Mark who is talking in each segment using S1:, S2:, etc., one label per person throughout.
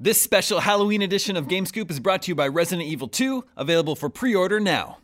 S1: This special Halloween edition of Game Scoop is brought to you by Resident Evil 2, available for pre order now.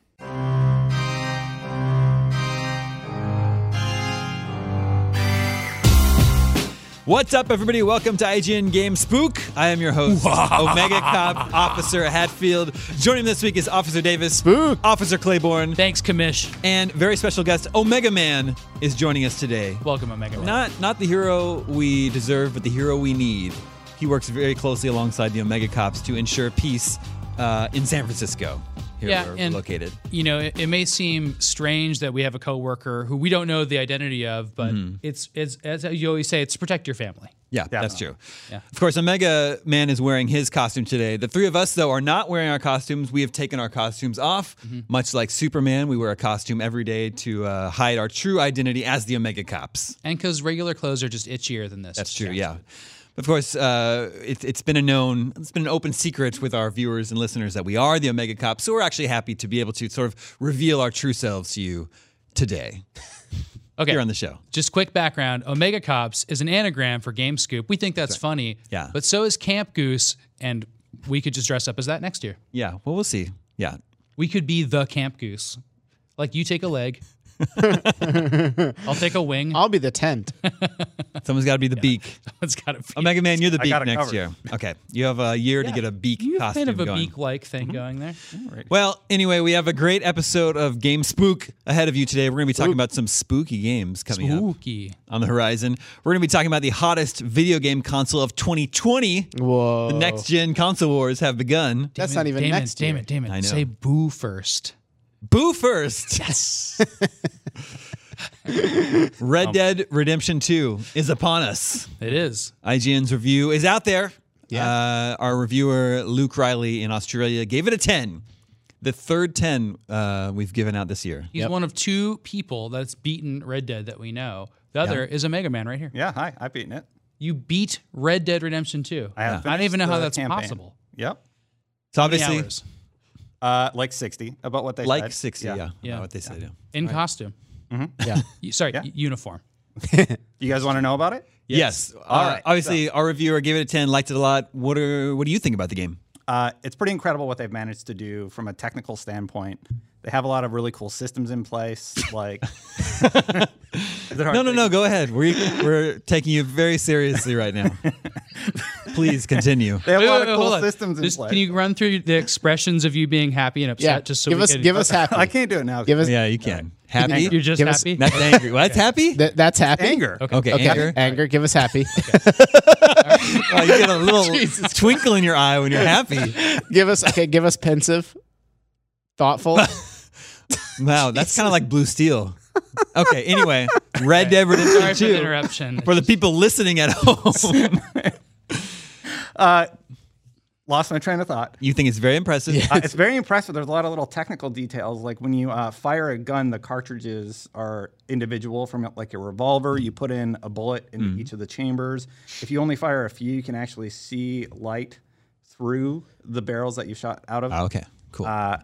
S1: What's up, everybody? Welcome to IGN Game Spook. I am your host, Omega Cop Officer Hatfield. Joining me this week is Officer Davis, Spook, Officer Claiborne,
S2: Thanks, Commish.
S1: and very special guest Omega Man is joining us today.
S2: Welcome, Omega Man.
S1: Not not the hero we deserve, but the hero we need. He works very closely alongside the Omega Cops to ensure peace uh, in San Francisco. Here
S2: Yeah,
S1: where we're
S2: and-
S1: located.
S2: you know, it, it may seem strange that we have a coworker who we don't know the identity of, but
S1: Mm-hmm.
S2: it's it's as you always say, it's protect your family.
S1: Yeah, that's true.
S2: Yeah.
S1: Of course, Omega Man is wearing his costume today. The three of us, though, are not wearing our costumes. We have taken our costumes off,
S2: Mm-hmm.
S1: much like Superman. We wear a costume every day to uh, hide our true identity as the Omega Cops.
S2: And because regular clothes are just itchier than this.
S1: That's true. Yeah. Of course, uh, it, it's been a known, it's been an open secret with our viewers and listeners that we are the Omega Cops. So we're actually happy to be able to sort of reveal our true selves to you today
S2: Okay.
S1: here on the show.
S2: just quick background: Omega Cops is an anagram for Game Scoop. We think that's funny.
S1: Yeah.
S2: But so is Camp Goose, and we could just dress up as that next year.
S1: Yeah. Well, we'll see. Yeah.
S2: We could be the Camp Goose. Like you take a leg. I'll take a wing.
S3: I'll be the tent.
S1: Someone's got to be the beak.
S2: It's gotta be
S1: Omega Man, you're the beak
S4: got it
S1: next
S4: covered.
S1: year. Okay. You have a year to get a beak
S2: you have
S1: costume
S2: kind of a
S1: going. Mm-hmm.
S2: beak-like thing going there.
S1: Well, anyway, we have a great episode of Game Spook ahead of you today. We're going to be talking about some spooky games coming up.
S2: Spooky.
S1: on the horizon. We're going to be talking about the hottest video game console of 2020.
S3: Whoa.
S1: The next gen console wars have begun.
S3: That's not even
S2: Damon,
S3: next.
S2: Damon,
S3: year.
S2: Damon,
S1: I know.
S2: Say boo first.
S1: Boo first!
S2: Yes.
S1: Red Dead Redemption 2 is upon us.
S2: it is.
S1: IGN's review is out there.
S3: Yeah.
S1: Uh, our reviewer, Luke Riley in Australia, gave it a 10. The third 10 uh, we've given out this year.
S2: He's one of two people that's beaten Red Dead that we know. The other is a Mega Man right here.
S4: Yeah, hi. I've beaten it.
S2: You beat Red Dead Redemption 2.
S4: I,
S2: I
S4: have
S2: don't
S4: finished
S2: even know how
S4: the
S2: that's
S4: campaign.
S2: possible.
S4: Yep.
S1: So
S2: Many
S1: obviously,
S2: hours.
S4: Uh, like 60, about what they
S1: like
S4: said.
S1: 60, yeah. about
S2: Yeah.
S1: what they said. yeah.
S2: In costume.
S4: Mm-hmm.
S3: Yeah.
S2: Y- Sorry, y- uniform.
S4: You guys want to know about it?
S1: Yes.
S4: All
S1: Uh,
S4: right,
S1: Obviously, our reviewer gave it a 10, liked it a lot. What, are, what do you think about the game?
S4: Uh, it's pretty incredible what they've managed to do from a technical standpoint. They have a lot of really cool systems in place. Like,
S1: No, no, no. Go ahead. We we're taking you very seriously right now. Please continue.
S4: They have a
S2: Wait,
S4: lot
S2: wait,
S4: of
S2: wait,
S4: cool
S2: hold on.
S4: systems in
S2: Just-
S4: place.
S2: Can you run through the expressions of you being happy and upset
S3: Yeah.
S2: just so
S3: give
S2: we
S3: us
S2: can
S3: give us happy.
S4: I can't do it now.
S3: Give us
S1: Yeah, you can. Happy.
S2: You're just
S3: give us-
S2: happy?
S1: That's angry. Well, that's happy.
S3: Th- that's happy.
S4: anger.
S1: Okay,
S3: Okay.
S1: anger.
S3: Anger. Give us happy.
S1: Oh, you get a little twinkle in your eye when you're happy.
S3: give us okay. Give us pensive. Thoughtful.
S1: Wow, that's kind of like Blue Steel. Okay. Anyway, Red Dead
S2: Sorry
S1: Redemption
S2: for the
S1: Two.
S2: interruption.
S1: For the people listening at home,
S4: Uh, lost my train of thought.
S1: you think it's very impressive.
S4: Uh, it's very impressive. There's a lot of little technical details. Like when you uh, fire a gun, the cartridges are individual from like your revolver. You put in a bullet in each of the chambers. If you only fire a few, you can actually see light through the barrels that you shot out of.
S1: Oh, okay. Cool.
S4: Uh,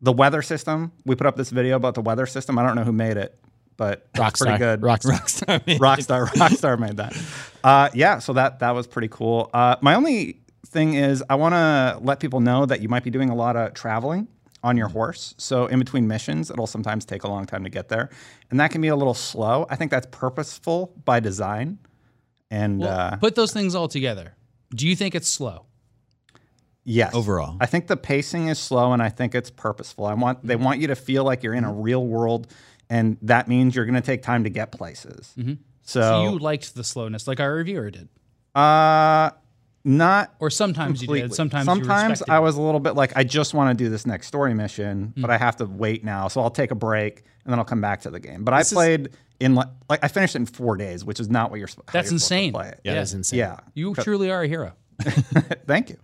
S4: the weather system. We put up this video about the weather system. I don't know who made it, but it's pretty
S3: Rockstar.
S4: good.
S3: Rockstar.
S1: Rockstar. Man.
S4: Rockstar, Rockstar made that. Uh, yeah, so that that was pretty cool. Uh, my only thing is, I want to let people know that you might be doing a lot of traveling on your horse. So in between missions, it'll sometimes take a long time to get there, and that can be a little slow. I think that's purposeful by design. And uh,
S2: Put those things all together. Do you think it's slow?
S4: yes,
S1: Overall.
S4: I think the pacing is slow, and I think it's purposeful. I want they want you to feel like you're in a real world, and that means you're going to take time to get places. Mm-hmm. So,
S2: So you liked the slowness, like our reviewer did.
S4: uh, not
S2: Or sometimes you did.
S4: completely.
S2: Sometimes you respected
S4: I was a little bit like, I just want to do this next story mission, but
S2: Mm.
S4: I have to wait now, so I'll take a break and then I'll come back to the game. But I played in like, like I finished it in four days, which is not what you're. sp- how
S2: That's
S4: you're supposed to
S2: insane.
S4: play it.
S3: That is insane.
S4: Yeah.
S2: You truly are a hero.
S4: Thank you.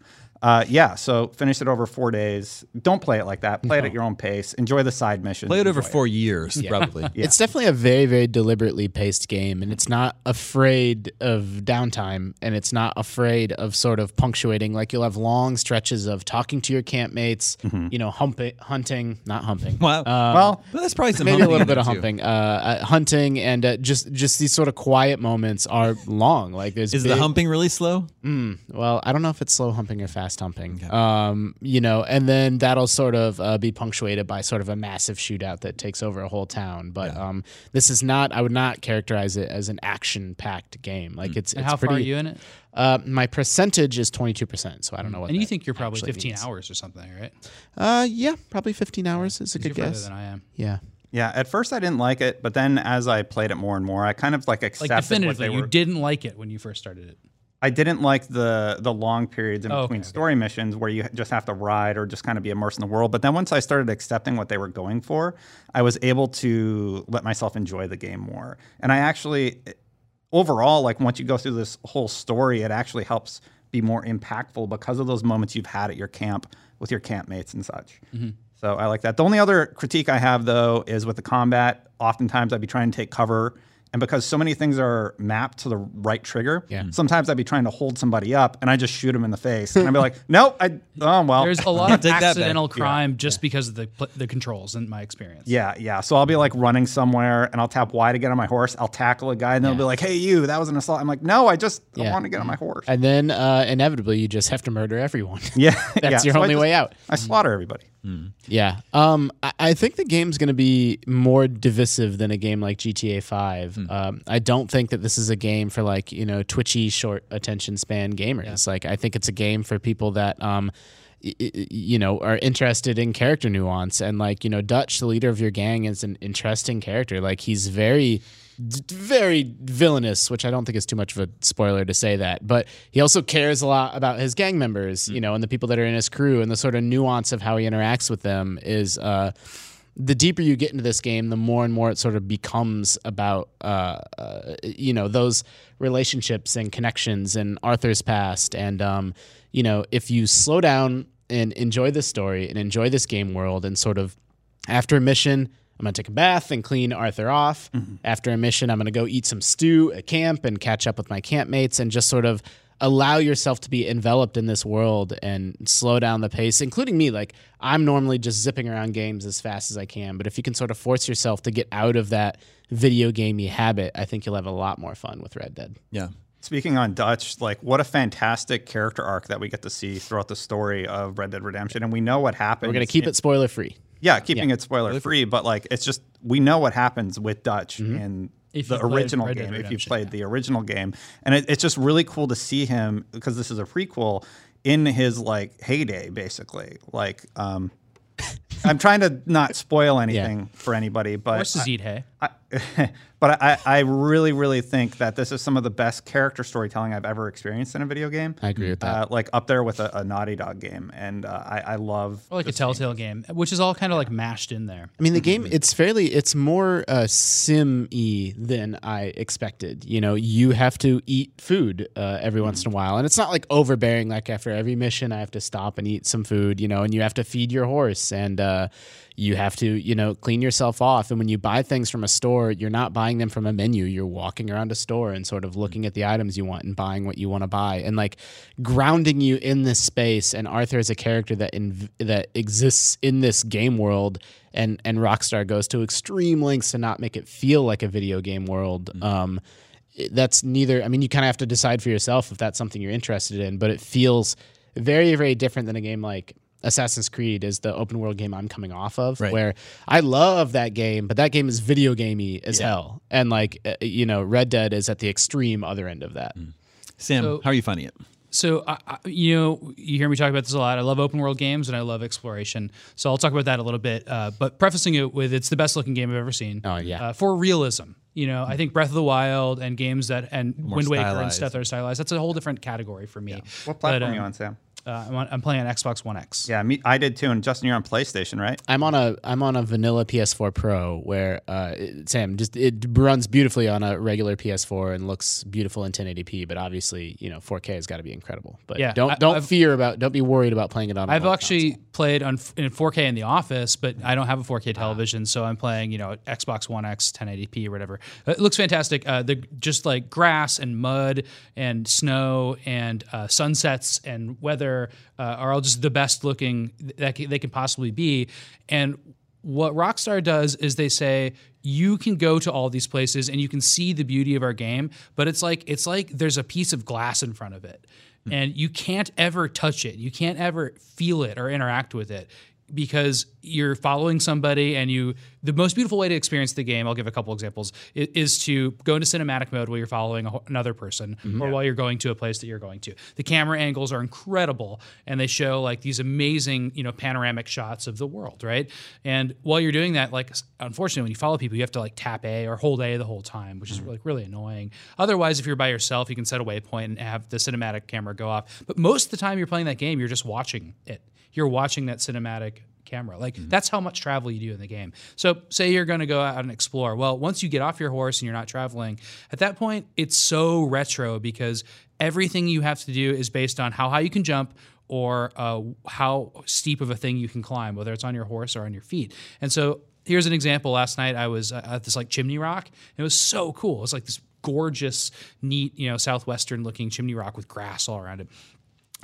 S4: Uh, yeah, so finish it over four days. Don't play it like that. Play it at your own pace. Enjoy the side missions.
S1: Play it over
S4: Enjoy
S1: four years, probably.
S3: It's definitely a very, very deliberately paced game, and it's not afraid of downtime, and it's not afraid of sort of punctuating. Like you'll have long stretches of talking to your campmates,
S2: Mm-hmm.
S3: you know, humpi- hunting, not humping.
S1: Wow.
S4: Well,
S1: But that's probably some
S3: Uh, Maybe a
S1: humping
S3: little
S1: in
S3: bit
S1: there,
S3: of
S1: too.
S3: humping, uh, uh, hunting, and uh, just just these sort of quiet moments are long. Like there's
S1: Is
S3: big-
S1: the humping really slow?
S3: Mm. well, I don't know if it's slow humping or fast humping. Um, you know, and then that'll sort of uh, be punctuated by sort of a massive shootout that takes over a whole town. But um, this is not. I would not characterize it as an action-packed game. Like it's.
S2: And
S3: it's
S2: how
S3: pretty,
S2: far are you in it?
S3: Uh, my percentage is twenty-two percent, so I don't know what.
S2: And you
S3: that-
S2: think you're probably
S3: actually
S2: 15
S3: means.
S2: hours or something, right?
S3: Uh, yeah, probably fifteen hours is a
S2: You're
S3: good
S2: further
S3: guess.
S2: than I am.
S3: Yeah.
S4: yeah. At first, I didn't like it, but then as I played it more and more, I kind of like
S2: Like
S4: accepted what
S2: definitively,
S4: they
S2: you
S4: were.
S2: didn't like it when you first started it.
S4: I didn't like the the long periods in
S2: Oh,
S4: between
S2: okay, okay.
S4: story missions where you just have to ride or just kind of be immersed in the world. But then once I started accepting what they were going for, I was able to let myself enjoy the game more. And I actually overall like once you go through this whole story, it actually helps be more impactful because of those moments you've had at your camp with your campmates and such.
S2: Mm-hmm.
S4: So I like that. The only other critique I have though is with the combat. Oftentimes I'd be trying to take cover, and because so many things are mapped to the right trigger,
S3: Yeah. Mm.
S4: sometimes I'd be trying to hold somebody up, and I just shoot them in the face, and I'd be like, "Nope, I oh well."
S2: There's a lot of
S1: Take that back.
S2: accidental crime just because of the pl- the controls, in my experience.
S4: yeah, yeah. So I'll be like running somewhere, and I'll tap Y to get on my horse. I'll tackle a guy, and they'll be like, "Hey, you! That was an assault." I'm like, "No, I just I want to get on my horse."
S3: And then uh, inevitably, you just have to murder everyone.
S4: yeah,
S3: That's your only way out. Mm.
S4: I slaughter everybody. Mm.
S3: Yeah. Um, I, I think the game's going to be more divisive than a game like GTA 5. Um, I don't think that this is a game for like, you know, twitchy, short attention span gamers. Like, I think it's a game for people that, um, y- y- y- you know, are interested in character nuance. And like, you know, Dutch, the leader of your gang, is an interesting character. Like, he's very d- very villainous, which I don't think is too much of a spoiler to say that. But he also cares a lot about his gang members, you know, and the people that are in his crew, and the sort of nuance of how he interacts with them is. Uh, the deeper you get into this game, the more and more it sort of becomes about, uh, uh, you know, those relationships and connections and Arthur's past. And, um, you know, if you slow down and enjoy this story and enjoy this game world and sort of after a mission, I'm going to take a bath and clean Arthur off. After a mission, I'm going to go eat some stew at camp and catch up with my campmates and just sort of allow yourself to be enveloped in this world and slow down the pace, including me. Like, I'm normally just zipping around games as fast as I can. But if you can sort of force yourself to get out of that video gamey habit, I think you'll have a lot more fun with Red Dead.
S1: Yeah.
S4: Speaking on Dutch, like what a fantastic character arc that we get to see throughout the story of Red Dead Redemption, and we know what happens.
S3: We're going to keep it spoiler free.
S4: yeah, keeping it spoiler free, but like it's just we know what happens with Dutch
S3: Mm-hmm.
S4: in
S2: If
S4: the
S2: you've played
S4: original
S2: Red Dead
S4: game. If you've
S2: Redemption,
S4: played the original game, and it, it's just really cool to see him because this is a prequel in his like heyday, basically. Like, um, I'm trying to not spoil anything for anybody, but
S2: Horses eat hay.
S4: I- but I, I really, really think that this is some of the best character storytelling I've ever experienced in a video game. I
S3: agree with
S4: Uh, like up there with a, a Naughty Dog game, and uh, I, I love.
S2: Or like a Telltale game, which is all kind of like mashed in there.
S3: I mean, the game it's fairly it's more uh, sim y than I expected. You know, you have to eat food uh, every once in a while, and it's not like overbearing. Like after every mission, I have to stop and eat some food. You know, and you have to feed your horse, and uh, you have to you know clean yourself off. And when you buy things from a store, you're not buying them from a menu. You're walking around a store and sort of looking at the items you want and buying what you want to buy, and like grounding you in this space. And Arthur is a character that in, that exists in this game world and and Rockstar goes to extreme lengths to not make it feel like a video game world. Um, it- that's neither. I mean, you kind of have to decide for yourself if that's something you're interested in, but it feels very very different than a game like. Assassin's Creed is the open world game I'm coming off of,
S1: Right.
S3: where I love that game, but that game is video gamey as hell, and like uh, you know, Red Dead is at the extreme other end of that.
S1: Sam, how are you finding it?
S2: So, I, I, you know, you hear me talk about this a lot. I love open world games and I love exploration. So, I'll talk about that a little bit. Uh, but prefacing it with it's the best looking game I've ever seen.
S3: Oh, yeah.
S2: Uh, for realism. You know, I think Breath of the Wild and games that, and Wind Waker and
S1: stylized.
S2: stuff that are stylized, that's a whole different category for me.
S4: What platform
S2: But,
S4: are you
S2: um,
S4: on, Sam?
S2: Uh, I'm, on, I'm playing on Xbox One X.
S4: Yeah, me, I did too. And Justin, you're on PlayStation, right?
S3: I'm on a I'm on a vanilla PS4 Pro where uh, it, Sam just it runs beautifully on a regular PS4 and looks beautiful in 1080p. But obviously, you know, 4K has got to be incredible. But
S2: Yeah,
S3: don't
S2: I-
S3: don't
S2: I've-
S3: fear about don't be worried about playing it on. a
S2: I've
S3: old
S2: actually played on f- in 4K in the office, but I don't have a 4K television, so I'm playing you know Xbox One X 1080p or whatever. It looks fantastic. Uh, the just like grass and mud and snow and uh, sunsets and weather uh, are all just the best looking that c- they can possibly be, and what Rockstar does is they say you can go to all these places and you can see the beauty of our game, but it's like it's like there's a piece of glass in front of it. And you can't ever touch it. You can't ever feel it or interact with it because you're following somebody and you the most beautiful way to experience the game i'll give a couple examples i- is to go into cinematic mode while you're following a, wh- another person or while you're going to a place that you're going to the camera angles are incredible and they show like these amazing you know panoramic shots of the world right and while you're doing that like s- unfortunately when you follow people you have to like tap a or hold a the whole time which is like really annoying otherwise if you're by yourself you can set a waypoint and have the cinematic camera go off but most of the time you're playing that game you're just watching it you're watching that cinematic camera. Like that's how much travel you do in the game. So say you're going to go out and explore. Well, once you get off your horse and you're not traveling, at that point it's so retro because everything you have to do is based on how high you can jump or uh, how steep of a thing you can climb, whether it's on your horse or on your feet. And so here's an example. Last night I was uh, at this like chimney rock. And it was so cool. It was like this gorgeous, neat, you know, southwestern looking chimney rock with grass all around it.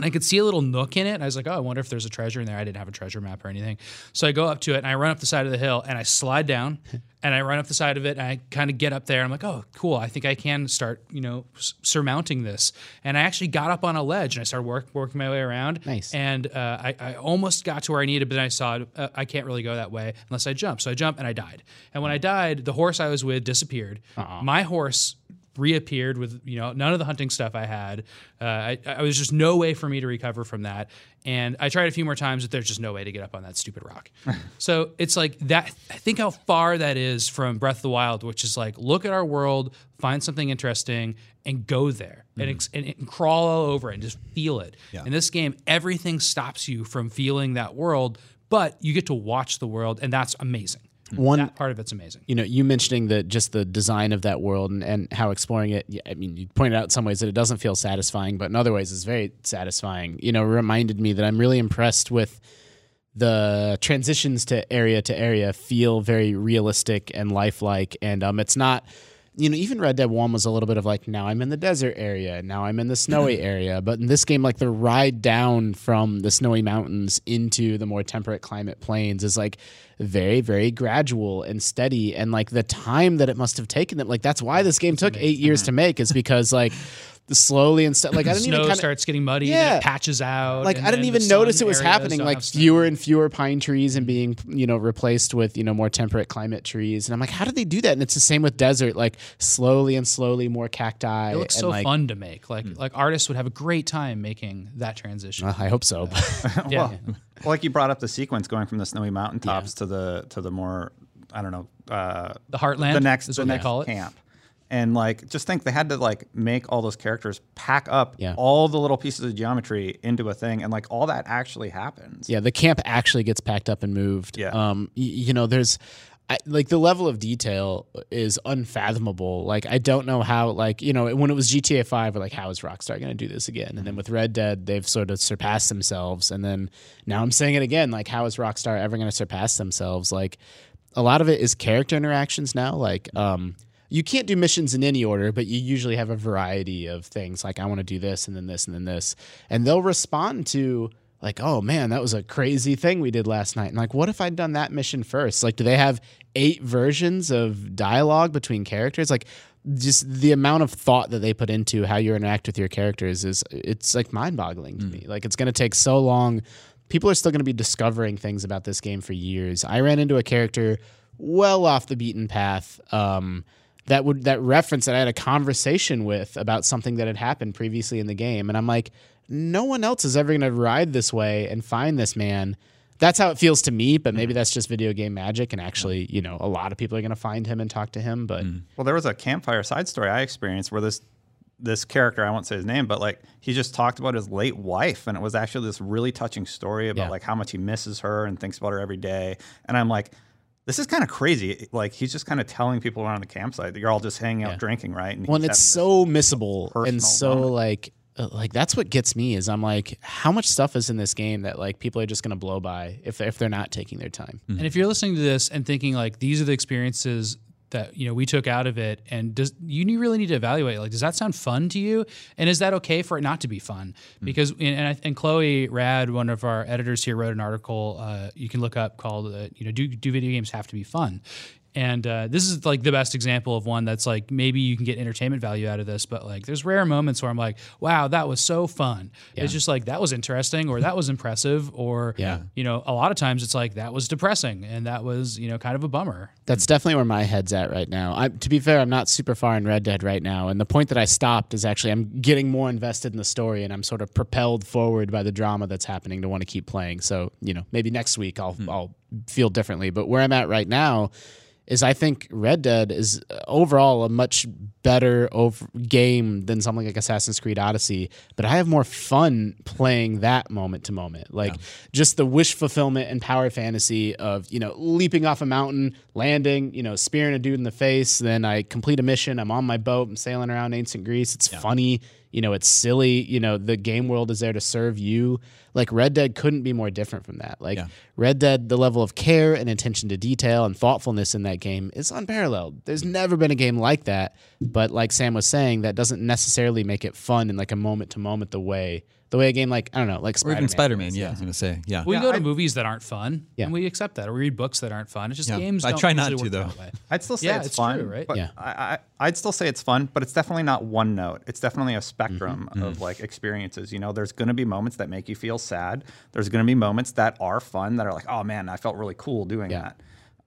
S2: And I could see a little nook in it. And I was like, oh, I wonder if there's a treasure in there. I didn't have a treasure map or anything. So I go up to it and I run up the side of the hill and I slide down and I run up the side of it and I kind of get up there. And I'm like, oh, cool. I think I can start, you know, s- surmounting this. And I actually got up on a ledge and I started work, working my way around.
S3: Nice.
S2: And uh, I, I almost got to where I needed, but then I saw uh, I can't really go that way unless I jump. So I jumped and I died. And when I died, the horse I was with disappeared. My horse reappeared with you know none of the hunting stuff I had. Uh, I, I was just no way for me to recover from that. And I tried a few more times, but there's just no way to get up on that stupid rock. so it's like that. I think how far that is from Breath of the Wild, which is like look at our world, find something interesting, and go there and, ex- and, and crawl all over it and just feel it. In this game, everything stops you from feeling that world, but you get to watch the world, and that's amazing.
S3: One-
S2: that part of it's amazing.
S3: you know, you mentioning the just the design of that world and, and how exploring it. yeah, I mean, you pointed out in some ways that it doesn't feel satisfying, but in other ways, it's very satisfying. You know, reminded me that I'm really impressed with the transitions to area to area feel very realistic and lifelike, and um, it's not. You know, even Red Dead One was a little bit of like, now I'm in the desert area, now I'm in the snowy area. But in this game, like the ride down from the snowy mountains into the more temperate climate plains is like very, very gradual and steady. And like the time that it must have taken them, like that's why this game took eight years to make, is because like slowly and stuff. Like I didn't
S2: Snow
S3: even kind of
S2: starts getting muddy, then
S3: Yeah.
S2: it patches out.
S3: like
S2: and
S3: I didn't
S2: then
S3: even
S2: the
S3: notice
S2: sun
S3: it was
S2: areas
S3: happening.
S2: don't
S3: Like
S2: have snow.
S3: fewer and fewer pine trees and being you know replaced with you know more temperate climate trees. And I'm like, how did they do that? And it's the same with desert. Like slowly and slowly more cacti.
S2: It looks
S3: and
S2: so
S3: like, hmm.
S2: fun to make. Like like artists would have a great time making that transition.
S3: Uh, I hope so.
S2: yeah.
S4: Well, like you brought up the sequence going from the snowy mountaintops to the to the more I don't know uh,
S2: The Heartland
S4: the next
S2: is
S4: the
S2: what
S4: next
S2: they call it.
S4: camp. And like, just think they had to like make all those characters pack up
S3: Yeah.
S4: all the little pieces of geometry into a thing, and like all that actually happens.
S3: Yeah, the camp actually gets packed up and moved.
S4: Yeah.
S3: Um, y- you know, there's I, like the level of detail is unfathomable. Like I don't know how like, you know, when it was GTA 5 we're like how is Rockstar going to do this again? And then with Red Dead they've sort of surpassed themselves and then now I'm saying it again like how is Rockstar ever going to surpass themselves? Like a lot of it is character interactions now like um you can't do missions in any order, but you usually have a variety of things like I want to do this and then this and then this. And they'll respond to like, oh man, that was a crazy thing we did last night. And like, what if I'd done that mission first? Like, do they have eight versions of dialogue between characters? Like, just the amount of thought that they put into how you interact with your characters is it's like mind boggling to me. Like, it's going to take so long. People are still going to be discovering things about this game for years. I ran into a character well off the beaten path. Um, that would that reference that I had a conversation with about something that had happened previously in the game, and I'm like, no one else is ever going to ride this way and find this man. That's how it feels to me, but maybe that's just video game magic, and actually, you know, a lot of people are going to find him and talk to him. But
S4: Well, there was a campfire side story I experienced where this this character, I won't say his name, but like he just talked about his late wife, and it was actually this really touching story about
S2: Yeah.
S4: like how much he misses her and thinks about her every day. And I'm like, this is kind of crazy. Like he's just kind of telling people around the campsite that you're all just hanging out drinking, right? And
S3: Well,
S4: he's
S3: and it's
S4: having
S3: so missable
S4: personal
S3: and so
S4: moment.
S3: like uh, like that's what gets me is I'm like, how much stuff is in this game that like people are just gonna blow by if if they're not taking their time.
S4: Mm-hmm.
S2: And if you're listening to this and thinking like these are the experiences that you know we took out of it, and does you need- really need to evaluate like does that sound fun to you, and is that okay for it not to be fun?
S3: Mm-hmm.
S2: Because and and, I- and Chloe Rad, one of our editors here, wrote an article uh, you can look up called uh, you know do do video games have to be fun? And uh, this is like the best example of one that's like maybe you can get entertainment value out of this, but like there's rare moments where I'm like, wow, that was so fun. It's just like that was interesting or that was impressive or
S3: Yeah.
S2: you know, a lot of times it's like that was depressing and that was you know kind of a bummer.
S3: That's definitely where my head's at right now. I, to be fair, I'm not super far in Red Dead right now, and the point that I stopped is actually I'm getting more invested in the story, and I'm sort of propelled forward by the drama that's happening to want to keep playing. So you know, maybe next week I'll
S4: Mm-hmm.
S3: I'll feel differently. But where I'm at right now is I think Red Dead is uh, overall a much better over game than something like Assassin's Creed Odyssey, but I have more fun playing that moment to moment. Like just the wish fulfillment and power fantasy of, you know, leaping off a mountain, landing, you know, spearing a dude in the face, then I complete a mission, I'm on my boat, I'm sailing around ancient Greece. It's funny, you know, it's silly, you know, the game world is there to serve you. Like Red Dead couldn't be more different from that. Like Red Dead, the level of care and attention to detail and thoughtfulness in that game is unparalleled. There's never been a game like that. But like Sam was saying, that doesn't necessarily make it fun in like a moment to moment the way the way a game like I don't know, like
S1: Or
S3: Spider-Man.
S1: even Spider Man. Yeah, I was gonna say. Yeah.
S2: We go to movies that aren't fun
S3: Yeah.
S2: and we accept that or we read books that aren't fun. It's just
S1: Yeah.
S2: games.
S1: I
S2: don't
S1: try not
S2: usually
S1: to,
S2: work
S1: though.
S2: that way.
S4: I'd still say
S2: Yeah,
S4: it's,
S2: it's
S4: fun,
S2: true, right?
S4: But
S3: Yeah.
S4: I, I, I'd still say it's fun, but it's definitely not one note. It's definitely a spectrum
S3: Mm-hmm. Mm.
S4: of like experiences. You know, there's going to be moments that make you feel sad. There's going to be moments that are fun that are like, oh man, I felt really cool doing
S3: Yeah.
S4: that.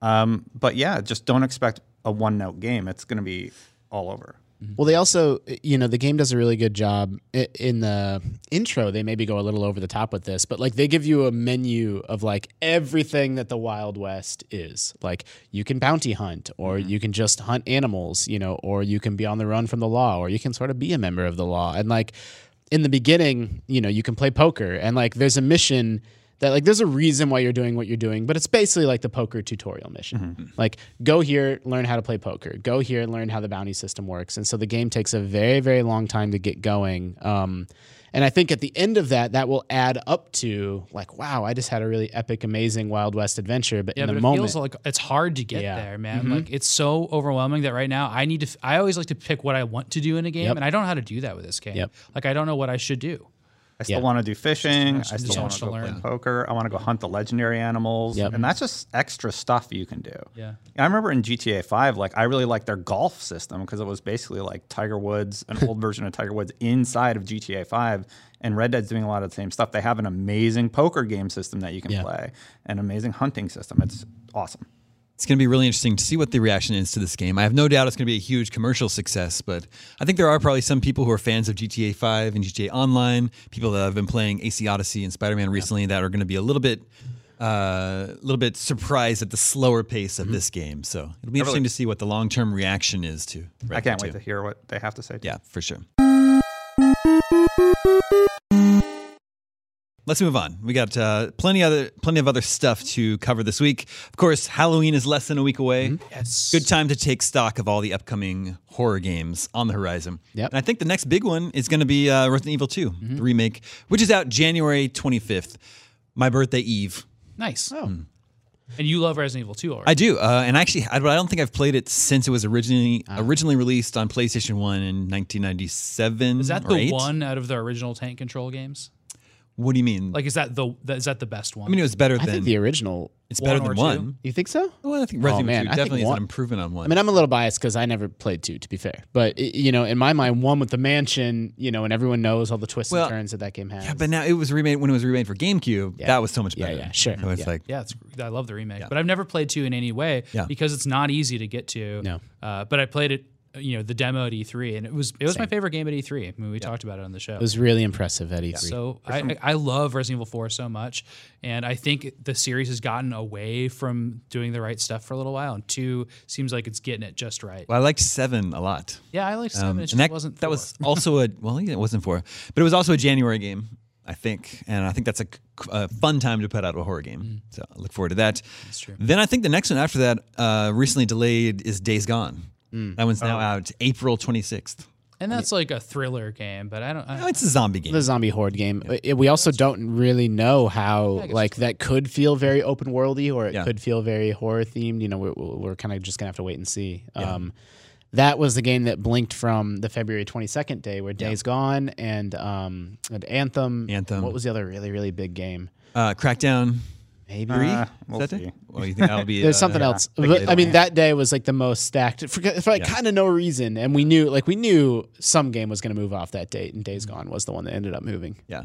S4: Um, but yeah, just don't expect a one note game. It's going to be all over.
S3: Mm-hmm. Well, they also, you know, the game does a really good job i- in the intro. They maybe go a little over the top with this, but like they give you a menu of like everything that the Wild West is. Like you can bounty hunt, or you can just hunt animals, you know, or you can be on the run from the law, or you can sort of be a member of the law. And like in the beginning, you know, you can play poker, and like there's a mission that like there's a reason why you're doing what you're doing, but it's basically like the poker tutorial mission. Like go here, learn how to play poker. Go here, learn how the bounty system works. And so the game takes a very very long time to get going. Um, and I think at the end of that, that will add up to like, wow, I just had a really epic, amazing Wild West adventure. But
S2: Yeah,
S3: in
S2: but
S3: the
S2: it
S3: moment,
S2: feels like it's hard to get
S3: Yeah.
S2: there, man. Like it's so overwhelming that right now I need to. f- I always like to pick what I want to do in a game,
S3: Yep.
S2: and I don't know how to do that with this game.
S3: Yep.
S2: Like I don't know what I should do.
S4: I still
S3: Yeah.
S4: want to do fishing. I
S2: just
S4: still
S2: so
S4: want
S2: much
S4: to
S2: to
S4: go play
S2: learn.
S4: poker. I want to go hunt the legendary animals.
S3: Yep.
S4: And that's just extra stuff you can do.
S2: Yeah.
S4: I remember in GTA 5, like I really liked their golf system because it was basically like Tiger Woods, an old version of Tiger Woods inside of GTA 5. And Red Dead's doing a lot of the same stuff. They have an amazing poker game system that you can play, an amazing hunting system. It's awesome.
S1: It's going to be really interesting to see what the reaction is to this game. I have no doubt it's going to be a huge commercial success, but I think there are probably some people who are fans of GTA 5 and GTA Online, people that have been playing AC Odyssey and Spider Man recently that are going to be a little bit. Uh, a little bit surprised at the slower pace
S4: Mm-hmm.
S1: of this game, so it'll be interesting to see what the long-term reaction is to. Red
S4: I can't
S1: Dead
S4: wait to
S1: 2.
S4: hear what they have to say.
S1: Yeah, for sure. Let's move on. We got uh, plenty other plenty of other stuff to cover this week. Of course, Halloween is less than a week away.
S2: Mm-hmm. Yes.
S1: Good time to take stock of all the upcoming horror games on the horizon.
S3: Yep.
S1: And I think the next big one is going to be uh, Resident Evil 2,
S2: Mm-hmm.
S1: the remake, which is out January 25th, my birthday eve.
S2: Nice. Oh. And you love Resident Evil 2 already.
S1: Hmm. I do, uh, and actually, I, but I don't think I've played it since it was originally
S2: Ah.
S1: originally released on PlayStation One in 1997.
S2: is that
S1: or
S2: the
S1: eight?
S2: one out of the original tank control games?
S1: What do you mean?
S2: Like, is that the that- is that the best one?
S1: I mean, it was better
S3: I
S1: than
S3: think the original.
S1: it's
S2: one
S1: better
S2: or
S1: than
S2: two.
S1: one.
S3: You think so?
S1: Well, I think Resident
S3: man,
S1: Evil 2
S3: I think
S1: definitely is
S3: one-
S1: an improvement on one.
S3: I mean, I'm a little biased because I never played two, to be fair. But i- you know, in my mind, one with the mansion, you know, and everyone knows all the twists
S1: Well,
S3: and turns that that game has.
S1: yeah, but now it was remade when it was remade for GameCube. That was so much
S3: Yeah,
S1: better.
S3: yeah, sure.
S1: So it's
S3: Yeah.
S1: like
S2: yeah, it's, I love the remake, but I've never played two in any way
S1: Yeah.
S2: because it's not easy to get to.
S3: No.
S2: uh, but I played it you know the demo at E3, and it was it was my favorite game at E3. I mean, we talked about it on the show.
S3: It was really impressive at E E3.
S2: So I, I I love Resident Evil 4 so much, and I think the series has gotten away from doing the right stuff for a little while, and two seems like it's getting it just right.
S1: Well, I liked seven a lot.
S2: yeah, I liked seven.
S1: Um,
S2: it just
S1: and that
S2: wasn't.
S1: that
S2: four.
S1: was also a well, yeah, it wasn't four, but it was also a January game, I think, and I think that's a, c- a fun time to put out a horror game. So I look forward to that. Mm. That's
S2: true.
S1: Then I think the next one after that, uh, recently delayed, is Days Gone. That one's now out April twenty sixth.
S2: and that's like a thriller game, but I don't. I,
S1: No, Oh, it's a zombie game.
S3: the zombie horde game. Uh, We also don't really know how like that could feel very open worldy or it
S1: Yeah.
S3: could feel very horror themed. You know, we're, we're kind of just gonna have to wait and see. Um, that was the game that blinked from the February 22nd day where Days Gone and um and Anthem.
S1: Anthem.
S3: What was the other really really big game?
S1: Uh, Crackdown
S3: Maybe.
S1: three.
S4: Uh,
S1: Is
S4: we'll
S1: that it?
S4: see.
S1: Well, you think that'll be
S3: There's
S1: uh,
S3: something else, but I mean that day was like the most stacked for, for like kind of no reason, and we knew like we knew some game was going to move off that date, and Days Gone was the one that ended up moving.
S1: Yeah.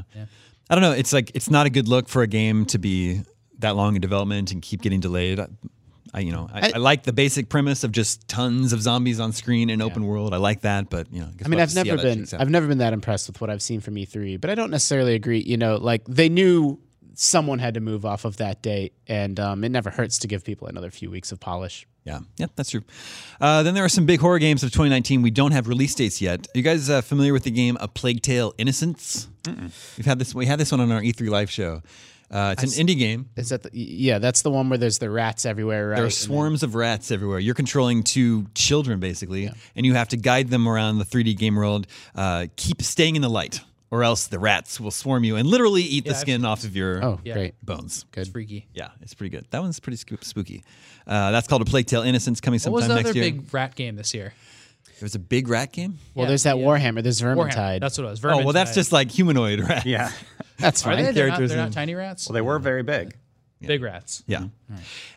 S1: I don't know. It's like it's not a good look for a game to be that long in development and keep getting delayed. I, I you know, I, I,
S3: I-
S1: like the basic premise of just tons of zombies on screen in open world. I like that, but you know, guess
S3: I mean,
S1: we'll have
S3: I've
S1: to see how
S3: never
S1: that
S3: been
S1: shakes out.
S3: I've never been that impressed with what I've seen from E3, but I don't necessarily agree. You know, like they knew someone had to move off of that date, and um, it never hurts to give people another few weeks of polish.
S1: Yeah, yeah, that's true. Uh, then there are some big horror games of 2019. We don't have release dates yet. Are you guys uh, familiar with the game A Plague Tale: Innocence? We've had this. We had this one on our E3 live show. Uh, it's an indie game.
S3: Is that the, yeah? That's the one where there's the rats everywhere, right?
S1: There are swarms of rats everywhere. You're controlling two children basically, and you have to guide them around the 3D game world. Uh, keep staying in the light, or else the rats will swarm you and literally eat the skin off of your
S3: oh, great.
S1: bones.
S2: it's freaky.
S1: Yeah, it's pretty good. That one's pretty scoop- spooky. Uh, that's called A Plague Tale: Innocence, coming
S2: What was
S1: sometime
S2: the
S1: next
S2: other
S1: year.
S2: big rat game this year?
S1: there was a big rat game.
S3: Well,
S2: Yeah,
S3: there's that
S2: yeah.
S3: Warhammer. There's
S2: Warhammer.
S3: Vermintide.
S2: That's what it was.
S1: Oh well, that's
S2: Vermintide.
S1: just like humanoid rats.
S4: Yeah.
S3: that's
S2: Are
S3: fine.
S2: they? They're not,
S1: characters
S2: they're
S1: in-
S2: not tiny rats.
S4: Well, they were very big.
S2: Big rats.
S1: Yeah.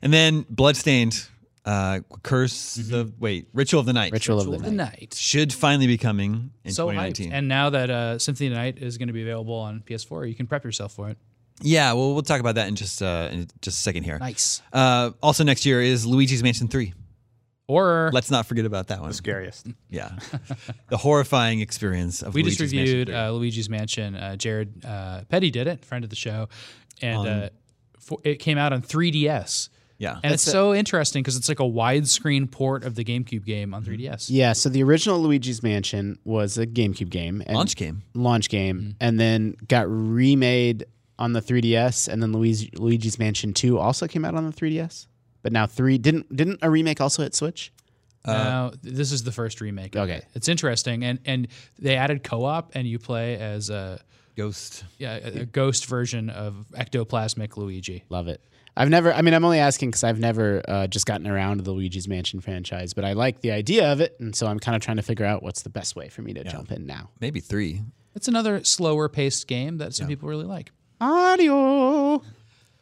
S1: And then Bloodstained, uh, Curse
S2: Mm-hmm.
S1: the wait, Ritual of the Night.
S3: Ritual of
S2: Jewel
S3: the
S2: of
S3: Night.
S2: the night.
S1: should finally be coming in
S2: So hyped.
S1: 2019.
S2: And now that uh, Symphony of the Night is going to be available on PS4, you can prep yourself for it.
S1: yeah, well, we'll talk about that in just uh, in just a second here.
S2: Nice.
S1: Uh, also next year is Luigi's Mansion 3.
S2: Or
S1: Let's not forget about that one.
S4: Scariest.
S2: Mm.
S1: Yeah, the horrifying experience of
S2: we
S1: Luigi's
S2: just reviewed
S1: Mansion
S2: uh, Luigi's Mansion. Uh, Jared uh, Petty did it, friend of the show, and uh, for, it came out on 3DS.
S1: 3. yeah,
S2: And it's so interesting because it's like a widescreen port of the GameCube game on 3DS.
S3: Yeah, so the original Luigi's Mansion was a GameCube game. And
S1: launch game. Mm-hmm.
S3: launch game and then got remade on the 3DS and then Luigi, Luigi's Mansion 2 also came out on the 3DS. But now 3 didn't didn't a remake also hit Switch?
S1: Uh,
S2: Now, this is the first remake. of
S3: Okay.
S2: it. It's interesting, and and they added co-op, and you play as a
S1: Ghost.
S2: yeah a, a ghost version of ectoplasmic Luigi.
S3: Love it. I've never I mean I'm only asking cuz I've never uh, just gotten around to the Luigi's Mansion franchise, but I like the idea of it and so I'm kind of trying to figure out what's the best way for me to jump in now.
S1: Maybe three.
S2: It's another slower paced game that some people really like.
S3: Audio.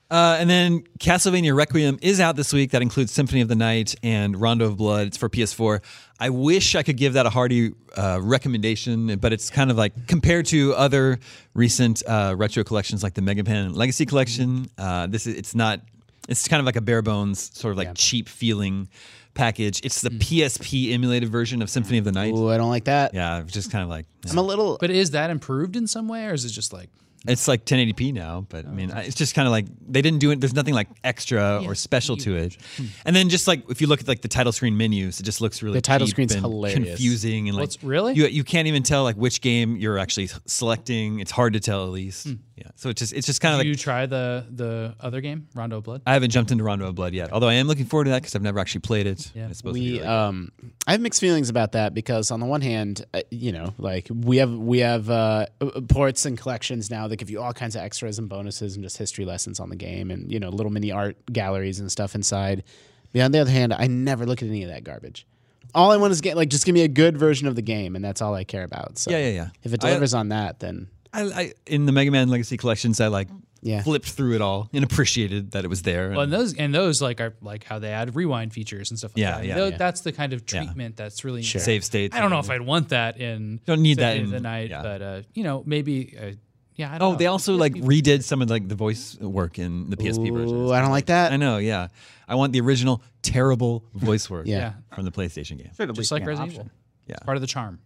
S1: Uh, and then Castlevania Requiem is out this week. That includes Symphony of the Night and Rondo of Blood. It's for PS4. I wish I could give that a hearty uh, recommendation, but it's kind of like compared to other recent uh, retro collections like the Mega Man Legacy Collection. Uh, this is it's not. It's kind of like a bare bones sort of like cheap feeling package. It's the PSP emulated version of Symphony of the Night.
S3: Ooh, I don't like that.
S1: Yeah, it's just kind of like
S3: I'm a little
S2: But is that improved in some way, or is it just like
S1: it's like 1080p now, but I mean, I- it's just kind of like they didn't do it. There's nothing like extra or
S2: it's
S1: special to it. And then just like if you look at like the title screen menus, it just looks really
S3: The title
S1: cheap
S3: screen's
S1: and
S3: hilarious.
S1: confusing, and like
S2: it's- really?
S1: you you can't even tell like which game you're actually selecting. It's hard to tell at least. Yeah, so it's just it's just kind of like
S2: do you try the the other game, Rondo of Blood?
S1: I haven't jumped into Rondo of Blood yet, although I am looking forward to that because I've never actually played it. Yeah, it's supposed to be
S3: we
S1: really-
S3: um i have mixed feelings about that because on the one hand uh, you know like we have we have uh uh, ports and collections now that give you all kinds of extras and bonuses and just history lessons on the game and you know little mini art galleries and stuff inside but on the other hand i never look at any of that garbage all i want is get like just give me a good version of the game and that's all i care about so
S1: Yeah, yeah, yeah.
S3: if it
S1: I- uh,
S3: delivers on that then
S1: I, I in the Mega Man Legacy collections, I like
S3: Yeah.
S1: flipped through it all and appreciated that it was there.
S2: Well,
S1: and-
S2: and those and those like are like how they add rewind features and stuff like
S1: Yeah,
S2: that.
S1: yeah,
S2: Tho-
S1: yeah.
S2: That's the kind of treatment that's really
S1: Save states.
S2: I don't know
S1: and-
S2: if I'd want that in
S1: Don't need that
S2: Symphony of
S1: in-
S2: the night,
S1: yeah.
S2: but uh, you know, maybe uh, yeah, I don't
S1: Oh,
S2: know.
S1: they also like redid some of like the voice work in the PSP version.
S3: Ooh, I don't like that.
S1: I know, yeah. I want the original terrible voice work
S3: Yeah.
S1: from the PlayStation game.
S4: Should at
S2: just
S4: least
S2: like
S4: be an
S2: Resident
S4: option.
S2: Evil.
S1: Yeah.
S2: It's part of the charm.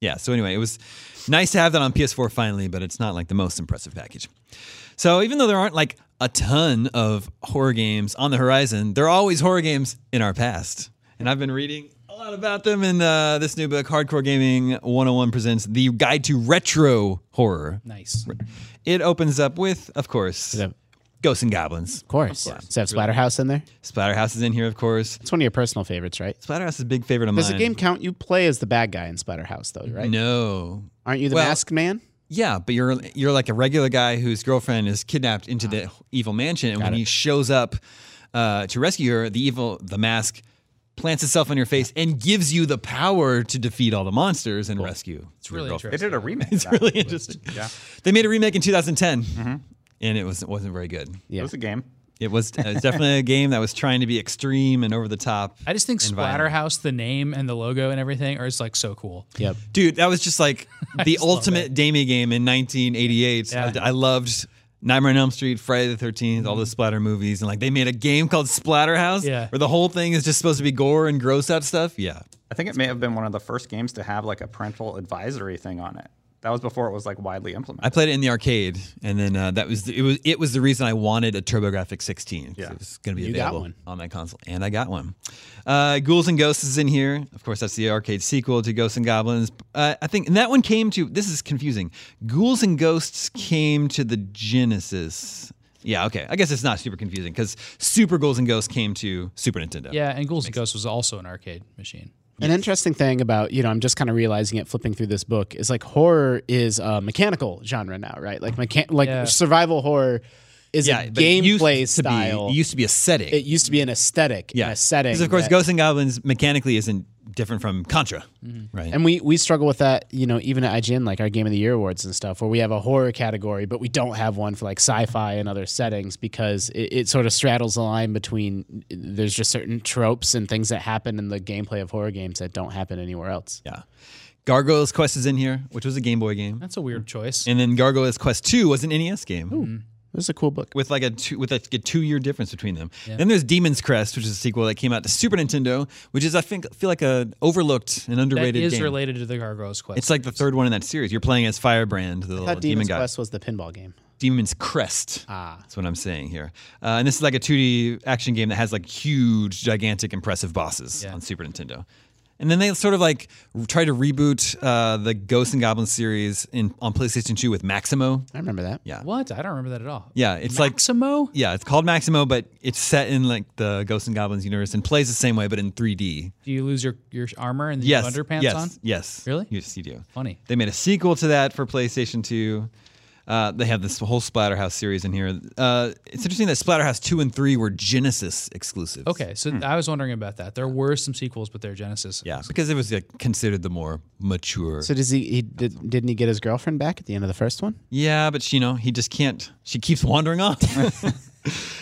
S1: Yeah, so anyway, it was nice to have that on PS4 finally, but it's not like the most impressive package. So even though there aren't like a ton of horror games on the horizon, there are always horror games in our past. And I've been reading a lot about them in uh, this new book, Hardcore Gaming 101 Presents The Guide to Retro Horror.
S2: Nice.
S1: It opens up with, of course,
S3: Yeah.
S1: Ghosts and Goblins.
S3: Of course. Does it have Splatterhouse in there?
S1: Splatterhouse is in here, of course.
S3: It's one of your personal favorites, right?
S1: Splatterhouse is a big favorite of
S3: Does
S1: mine.
S3: the game count? You play as the bad guy in Splatterhouse, though, right?
S1: No.
S3: Aren't you the
S1: Well-
S3: masked man?
S1: Yeah, but you're you're like a regular guy whose girlfriend is kidnapped into the evil mansion, and when he shows up uh, to rescue her, the evil the mask plants itself on your face and gives you the power to defeat all the monsters and rescue. It's
S2: really
S4: They did a remake. of that.
S1: really interesting. Yeah, Mm-hmm. they made a remake in 2010, and it was it wasn't very good.
S4: It was a game.
S1: It was, it was definitely a game that was trying to be extreme and over the top.
S2: I just think Splatterhouse, the name and the logo and everything, are just like so cool.
S3: Yep.
S1: Dude, that was just like the ultimate Damie game in 1988. I, I loved Nightmare on Elm Street, Friday the 13th, all the splatter movies, and like they made a game called Splatterhouse,
S2: Yeah.
S1: where the whole thing is just supposed to be gore and gross out stuff. Yeah,
S4: I think it may have been one of the first games to have like a parental advisory thing on it. That was before it was like widely implemented.
S1: I played it in the arcade, and then uh, that was the, it was it was the reason I wanted a TurboGrafx 16. 'cause
S4: Yeah.
S1: it was going to be
S3: You got
S1: available
S3: one.
S1: on that console, and I got one. Uh, Ghouls and Ghosts is in here, of course. That's the arcade sequel to Ghosts and Goblins. Uh, I think, and that one came to this is confusing. Ghouls and Ghosts came to the Genesis. Yeah, okay. I guess it's not super confusing because Super Ghouls and Ghosts came to Super Nintendo.
S2: Yeah, and Ghouls and Ghosts was also an arcade machine.
S3: An interesting thing about, you know, I'm just kind of realizing it flipping through this book is like horror is a mechanical genre now, right? Like mechan- like
S2: Yeah.
S3: survival horror is
S1: yeah.
S3: a
S1: but it used
S3: gameplay
S1: to be-
S3: style.
S1: it used to be a setting.
S3: it used to be an aesthetic,
S1: yeah,
S3: an aesthetic.
S1: Because of course,
S3: that-
S1: Ghosts and Goblins mechanically isn't different from Contra, right?
S3: Mm-hmm. And we we struggle with that, you know, even at IGN, like our Game of the Year awards and stuff, where we have a horror category, but we don't have one for like sci-fi and other settings because it, it sort of straddles the line between there's just certain tropes and things that happen in the gameplay of horror games that don't happen anywhere else.
S1: Yeah. Gargoyle's Quest is in here, which was a Game Boy game.
S2: That's a weird choice.
S1: And then Gargoyle's Quest 2 was an NES game
S3: This is a cool book.
S1: with like a two, with like a 2-year difference between them. Then there's Demon's Crest, which is a sequel that came out to Super Nintendo, which is I think feel like a overlooked and
S2: That
S1: underrated
S2: is
S1: game.
S2: related to the Gargoyles Quest.
S1: it's like the third one in that series. You're playing as Firebrand, the
S3: I thought
S1: little demon
S3: Demon's
S1: guy.
S3: Quest was the pinball game.
S1: Demon's Crest. Ah. That's what I'm saying here. Uh, and this is like a 2D action game that has like huge, gigantic, impressive bosses on Super Nintendo. And then they sort of like r- tried to reboot uh, the Ghosts and Goblins series in on PlayStation 2 with Maximo.
S3: I remember that.
S1: Yeah.
S2: what? I don't remember that at all.
S1: Yeah, it's like
S2: Maximo?
S1: yeah, it's called Maximo, but it's set in like the Ghosts and Goblins universe and plays the same way, but in 3D.
S2: Do you lose your, your armor and then
S1: Yes,
S2: you have underpants
S1: yes,
S2: on?
S1: yes.
S2: Really?
S1: Yes, you do.
S2: Funny.
S1: They made a sequel to that for PlayStation 2. Uh, they have this whole Splatterhouse series in here. Uh, it's interesting that Splatterhouse 2 and 3 were Genesis exclusives.
S2: Okay, so I was wondering about that. There were some sequels, but they're Genesis.
S1: Hmm. Yeah, because it was like, considered the more mature.
S3: So does he? he did, didn't he get his girlfriend back at the end of the first one?
S1: yeah, but you know, he just can't. She keeps wandering off. and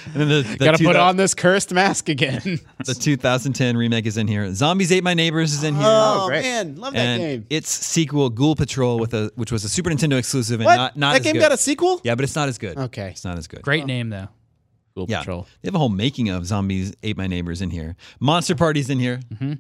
S1: then the, the
S3: Got to
S1: two-
S3: put on this cursed mask again.
S1: the 2010 remake is in here. Zombies Ate My Neighbors is in here.
S3: oh
S4: great.
S3: man, love that
S1: and
S3: game.
S1: its sequel, Ghoul Patrol, with a which was a Super Nintendo exclusive and
S3: What?
S1: not not
S3: that
S1: as
S3: game
S1: good.
S3: got a sequel?
S1: yeah, but it's not as good.
S3: Okay.
S1: it's not as good.
S2: Great name, though.
S3: Cool
S1: Yeah, they have a whole making of zombies ate my neighbors in here. Monster parties in here.
S2: Mm-hmm.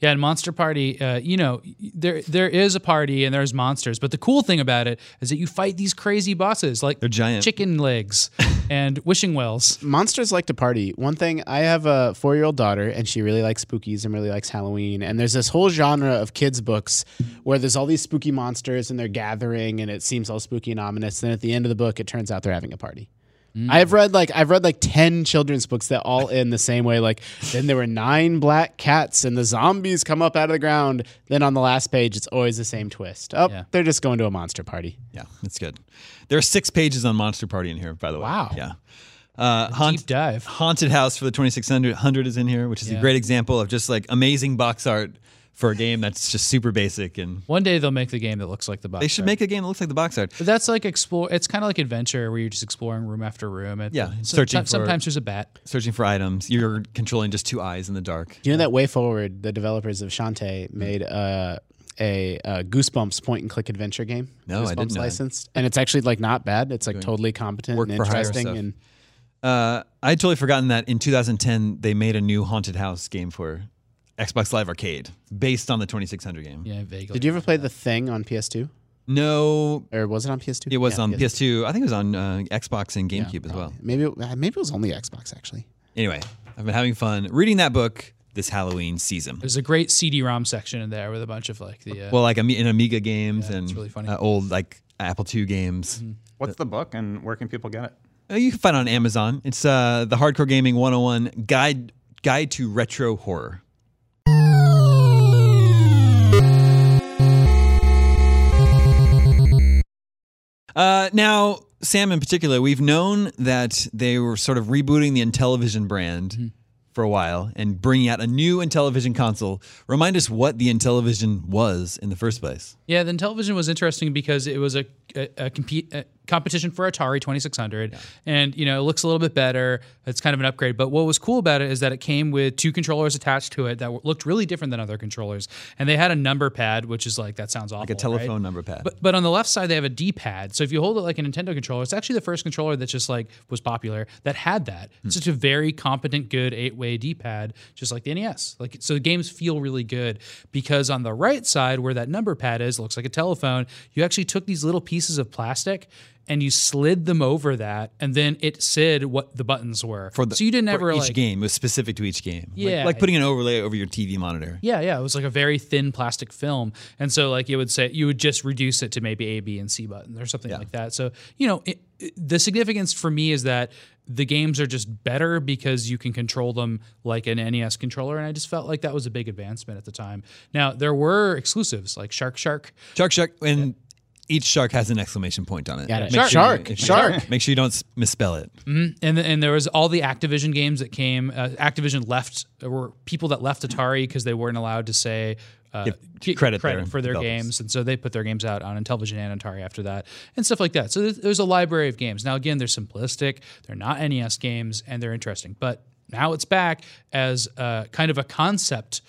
S2: Yeah, and Monster Party, uh, you know, there there is a party and there's monsters, but the cool thing about it is that you fight these crazy bosses like they're
S1: giant.
S2: chicken legs and wishing wells.
S3: Monsters like to party. One thing, I have a four year old daughter and she really likes spookies and really likes Halloween. And there's this whole genre of kids' books where there's all these spooky monsters and they're gathering and it seems all spooky and ominous. Then at the end of the book, it turns out they're having a party. I've read like I've read like ten children's books that all end the same way. Like then there were nine black cats and the zombies come up out of the ground. Then on the last page, it's always the same twist. Oh,
S2: Yeah.
S3: they're just going to a monster party.
S1: Yeah, that's good. There are six pages on Monster Party in here, by the way.
S3: Wow.
S1: Yeah. Uh,
S2: Deep dive.
S1: Haunted House for the 2600 is in here, which is a great example of just like amazing box art for a game that's just super basic. And
S2: One day they'll make the game that looks like the box.
S1: they should
S2: art.
S1: make a game that looks like the box art.
S2: But that's like explore. It's kind of like adventure where you're just exploring room after room. It-
S1: Yeah,
S2: so-
S1: searching
S2: some-
S1: for-
S2: sometimes there's a bat.
S1: Searching for items, you're controlling just two eyes in the dark.
S3: Do you know that Way Forward, the developers of Shantae, made a a uh, Goosebumps point and click adventure game.
S1: No,
S3: Goosebumps
S1: I didn't know that.
S3: licensed, and it's actually like not bad. It's like totally competent
S1: work
S3: and
S1: for hire
S3: interesting.
S1: stuff.
S3: And
S1: Uh, I had totally forgotten that in 2010 they made a new haunted house game for Xbox Live Arcade based on the 2600 game.
S2: Yeah, vaguely.
S3: did you ever play the Thing on PS2,
S1: No,
S3: or was it on PS2?
S1: it was
S3: Yeah,
S1: on PS2. I think it was on uh, Xbox and GameCube as well.
S3: Maybe it, uh, maybe it was only Xbox actually.
S1: Anyway, I've been having fun reading that book this Halloween season.
S2: There's a great CD-ROM section in there with a bunch of like the. Uh,
S1: Well, like Ami- in Amiga games and
S2: really funny. Mm-hmm.
S1: uh, old like Apple II games.
S4: What's the book and where can people get it?
S1: Uh, You can find it on Amazon. It's uh, the Hardcore Gaming 101 Guide Guide to Retro Horror. Uh, now, Sam in particular, we've known that they were sort of rebooting the Intellivision brand for a while and bringing out a new Intellivision console. Remind us what the Intellivision was in the first place.
S2: Yeah, then television was interesting because it was a, a, a compete a competition for Atari 2600, and you know it looks a little bit better. It's kind of an upgrade, but what was cool about it is that it came with two controllers attached to it that w- looked really different than other controllers, and they had a number pad, which is like that sounds awful,
S1: Like a telephone number pad.
S2: But, but on the left side they have a D-pad. So if you hold it like a Nintendo controller, it's actually the first controller that just like was popular that had that.
S1: Hmm.
S2: It's such a very competent, good eight-way D-pad, just like the NES. Like so, the games feel really good because on the right side where that number pad is, looks like a telephone. You actually took these little pieces of plastic. And you slid them over that, and then it said what the buttons were.
S1: for the,
S2: so you didn't
S1: for
S2: ever
S1: each
S2: like,
S1: game. It was specific to each game. Like-
S2: Yeah.
S1: like, putting an overlay over your TV monitor.
S2: Yeah, yeah. It was like a very thin plastic film. And so, like, it would say, you would just reduce it to maybe A, B, and C buttons or something like that. So, you know, it, it- the significance for me is that the games are just better because you can control them like an NES controller. And I just felt like that was a big advancement at the time. Now, there were exclusives like Shark Shark.
S1: Shark Shark and each shark has an exclamation point on it.
S3: Got it.
S1: Make
S3: Shark,
S1: sure you-
S3: shark.
S1: Make sure you don't s- misspell it.
S2: and and there was all the Activision games that came. Uh, Activision left. There were people that left Atari because they weren't allowed to say. Uh, get
S1: credit their
S2: for their
S1: developers.
S2: games, and so they put their games out on Intellivision and Atari after that, and stuff like that. So there's, there's a library of games. Now again, they're simplistic. They're not NES games, and they're interesting. But now it's back as uh, kind of a concept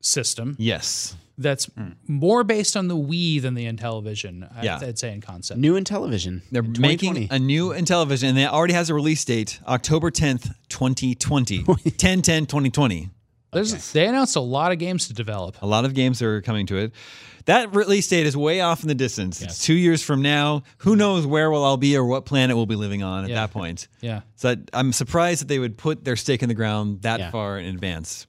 S2: system
S1: Yes.
S2: that's more based on the Wii than the Intellivision. I-
S1: Hmm. Yeah.
S2: I'd, say in concept.
S3: New in television.
S1: They're making
S3: 2020.
S1: a new Intellivision, and it already has a release date October 10th, 2020. 10 10 2020.
S2: There's they announced a lot of games to develop.
S1: A lot of games are coming to it. That release date is way off in the distance. It's two years from now. Who knows where will I'll be or what planet we'll be living on at that point.
S2: Yeah.
S1: So I- I'm surprised that they would put their stake in the ground that
S3: Yeah.
S1: far in advance.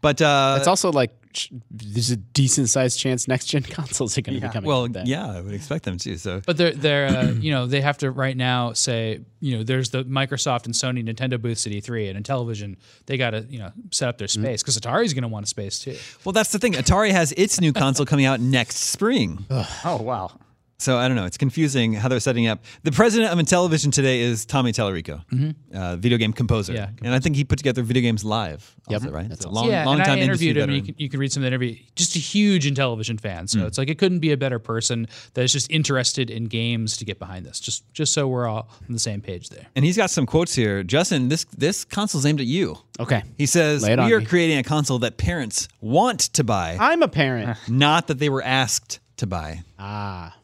S1: But uh,
S3: It's also like sh- there's a decent sized chance next gen consoles are going to be coming.
S1: well,
S3: with that.
S1: yeah, I would expect them to. So
S2: But they're they're uh, you know they have to right now say you know there's the Microsoft and Sony Nintendo booths at E3 and Intellivision they got to you know set up their
S1: Mm-hmm.
S2: space because Atari's going to want a space too.
S1: Well, that's the thing. Atari has its new console coming out next spring.
S4: Oh, wow.
S1: So I don't know. It's confusing how they're setting up. The president of Intellivision today is Tommy Tallarico,
S3: Mm-hmm.
S1: uh, video game composer.
S2: Yeah.
S1: And I think he put together video games live. Also, right? That's a long,
S2: yeah,
S1: long
S2: and
S1: time
S2: I
S1: industry
S2: interviewed him. and You
S1: veteran. Hmm.
S2: can, you can read some of the interview. Just a huge Intellivision fan, so it's like it couldn't be a better person that is just interested in games to get behind this. Just just so we're all on the same page there.
S1: And he's got some quotes here. Justin, this this console's aimed at you.
S3: Okay.
S1: He says,
S3: Oh. Lay it on
S1: "We are
S3: me." Oh.
S1: creating a console that parents want to buy,
S3: I'm a parent.
S1: not that they were asked to buy."
S3: ah.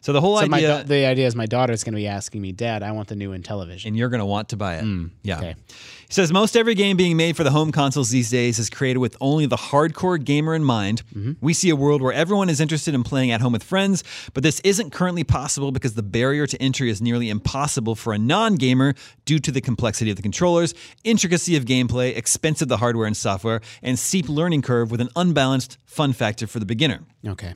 S1: So the whole
S3: So my
S1: idea
S3: da- the idea is my daughter's going to be asking me, Dad, I want the new in television.
S1: and you're going to want to buy it. yeah.
S3: Mm, okay.
S1: He says most every game being made for the home consoles these days is created with only the hardcore gamer in mind.
S3: Mm-hmm.
S1: We see a world where everyone is interested in playing at home with friends, but this isn't currently possible because the barrier to entry is nearly impossible for a non-gamer due to the complexity of the controllers, intricacy of gameplay, expense of the hardware and software, and steep learning curve with an unbalanced fun factor for the beginner.
S3: Okay.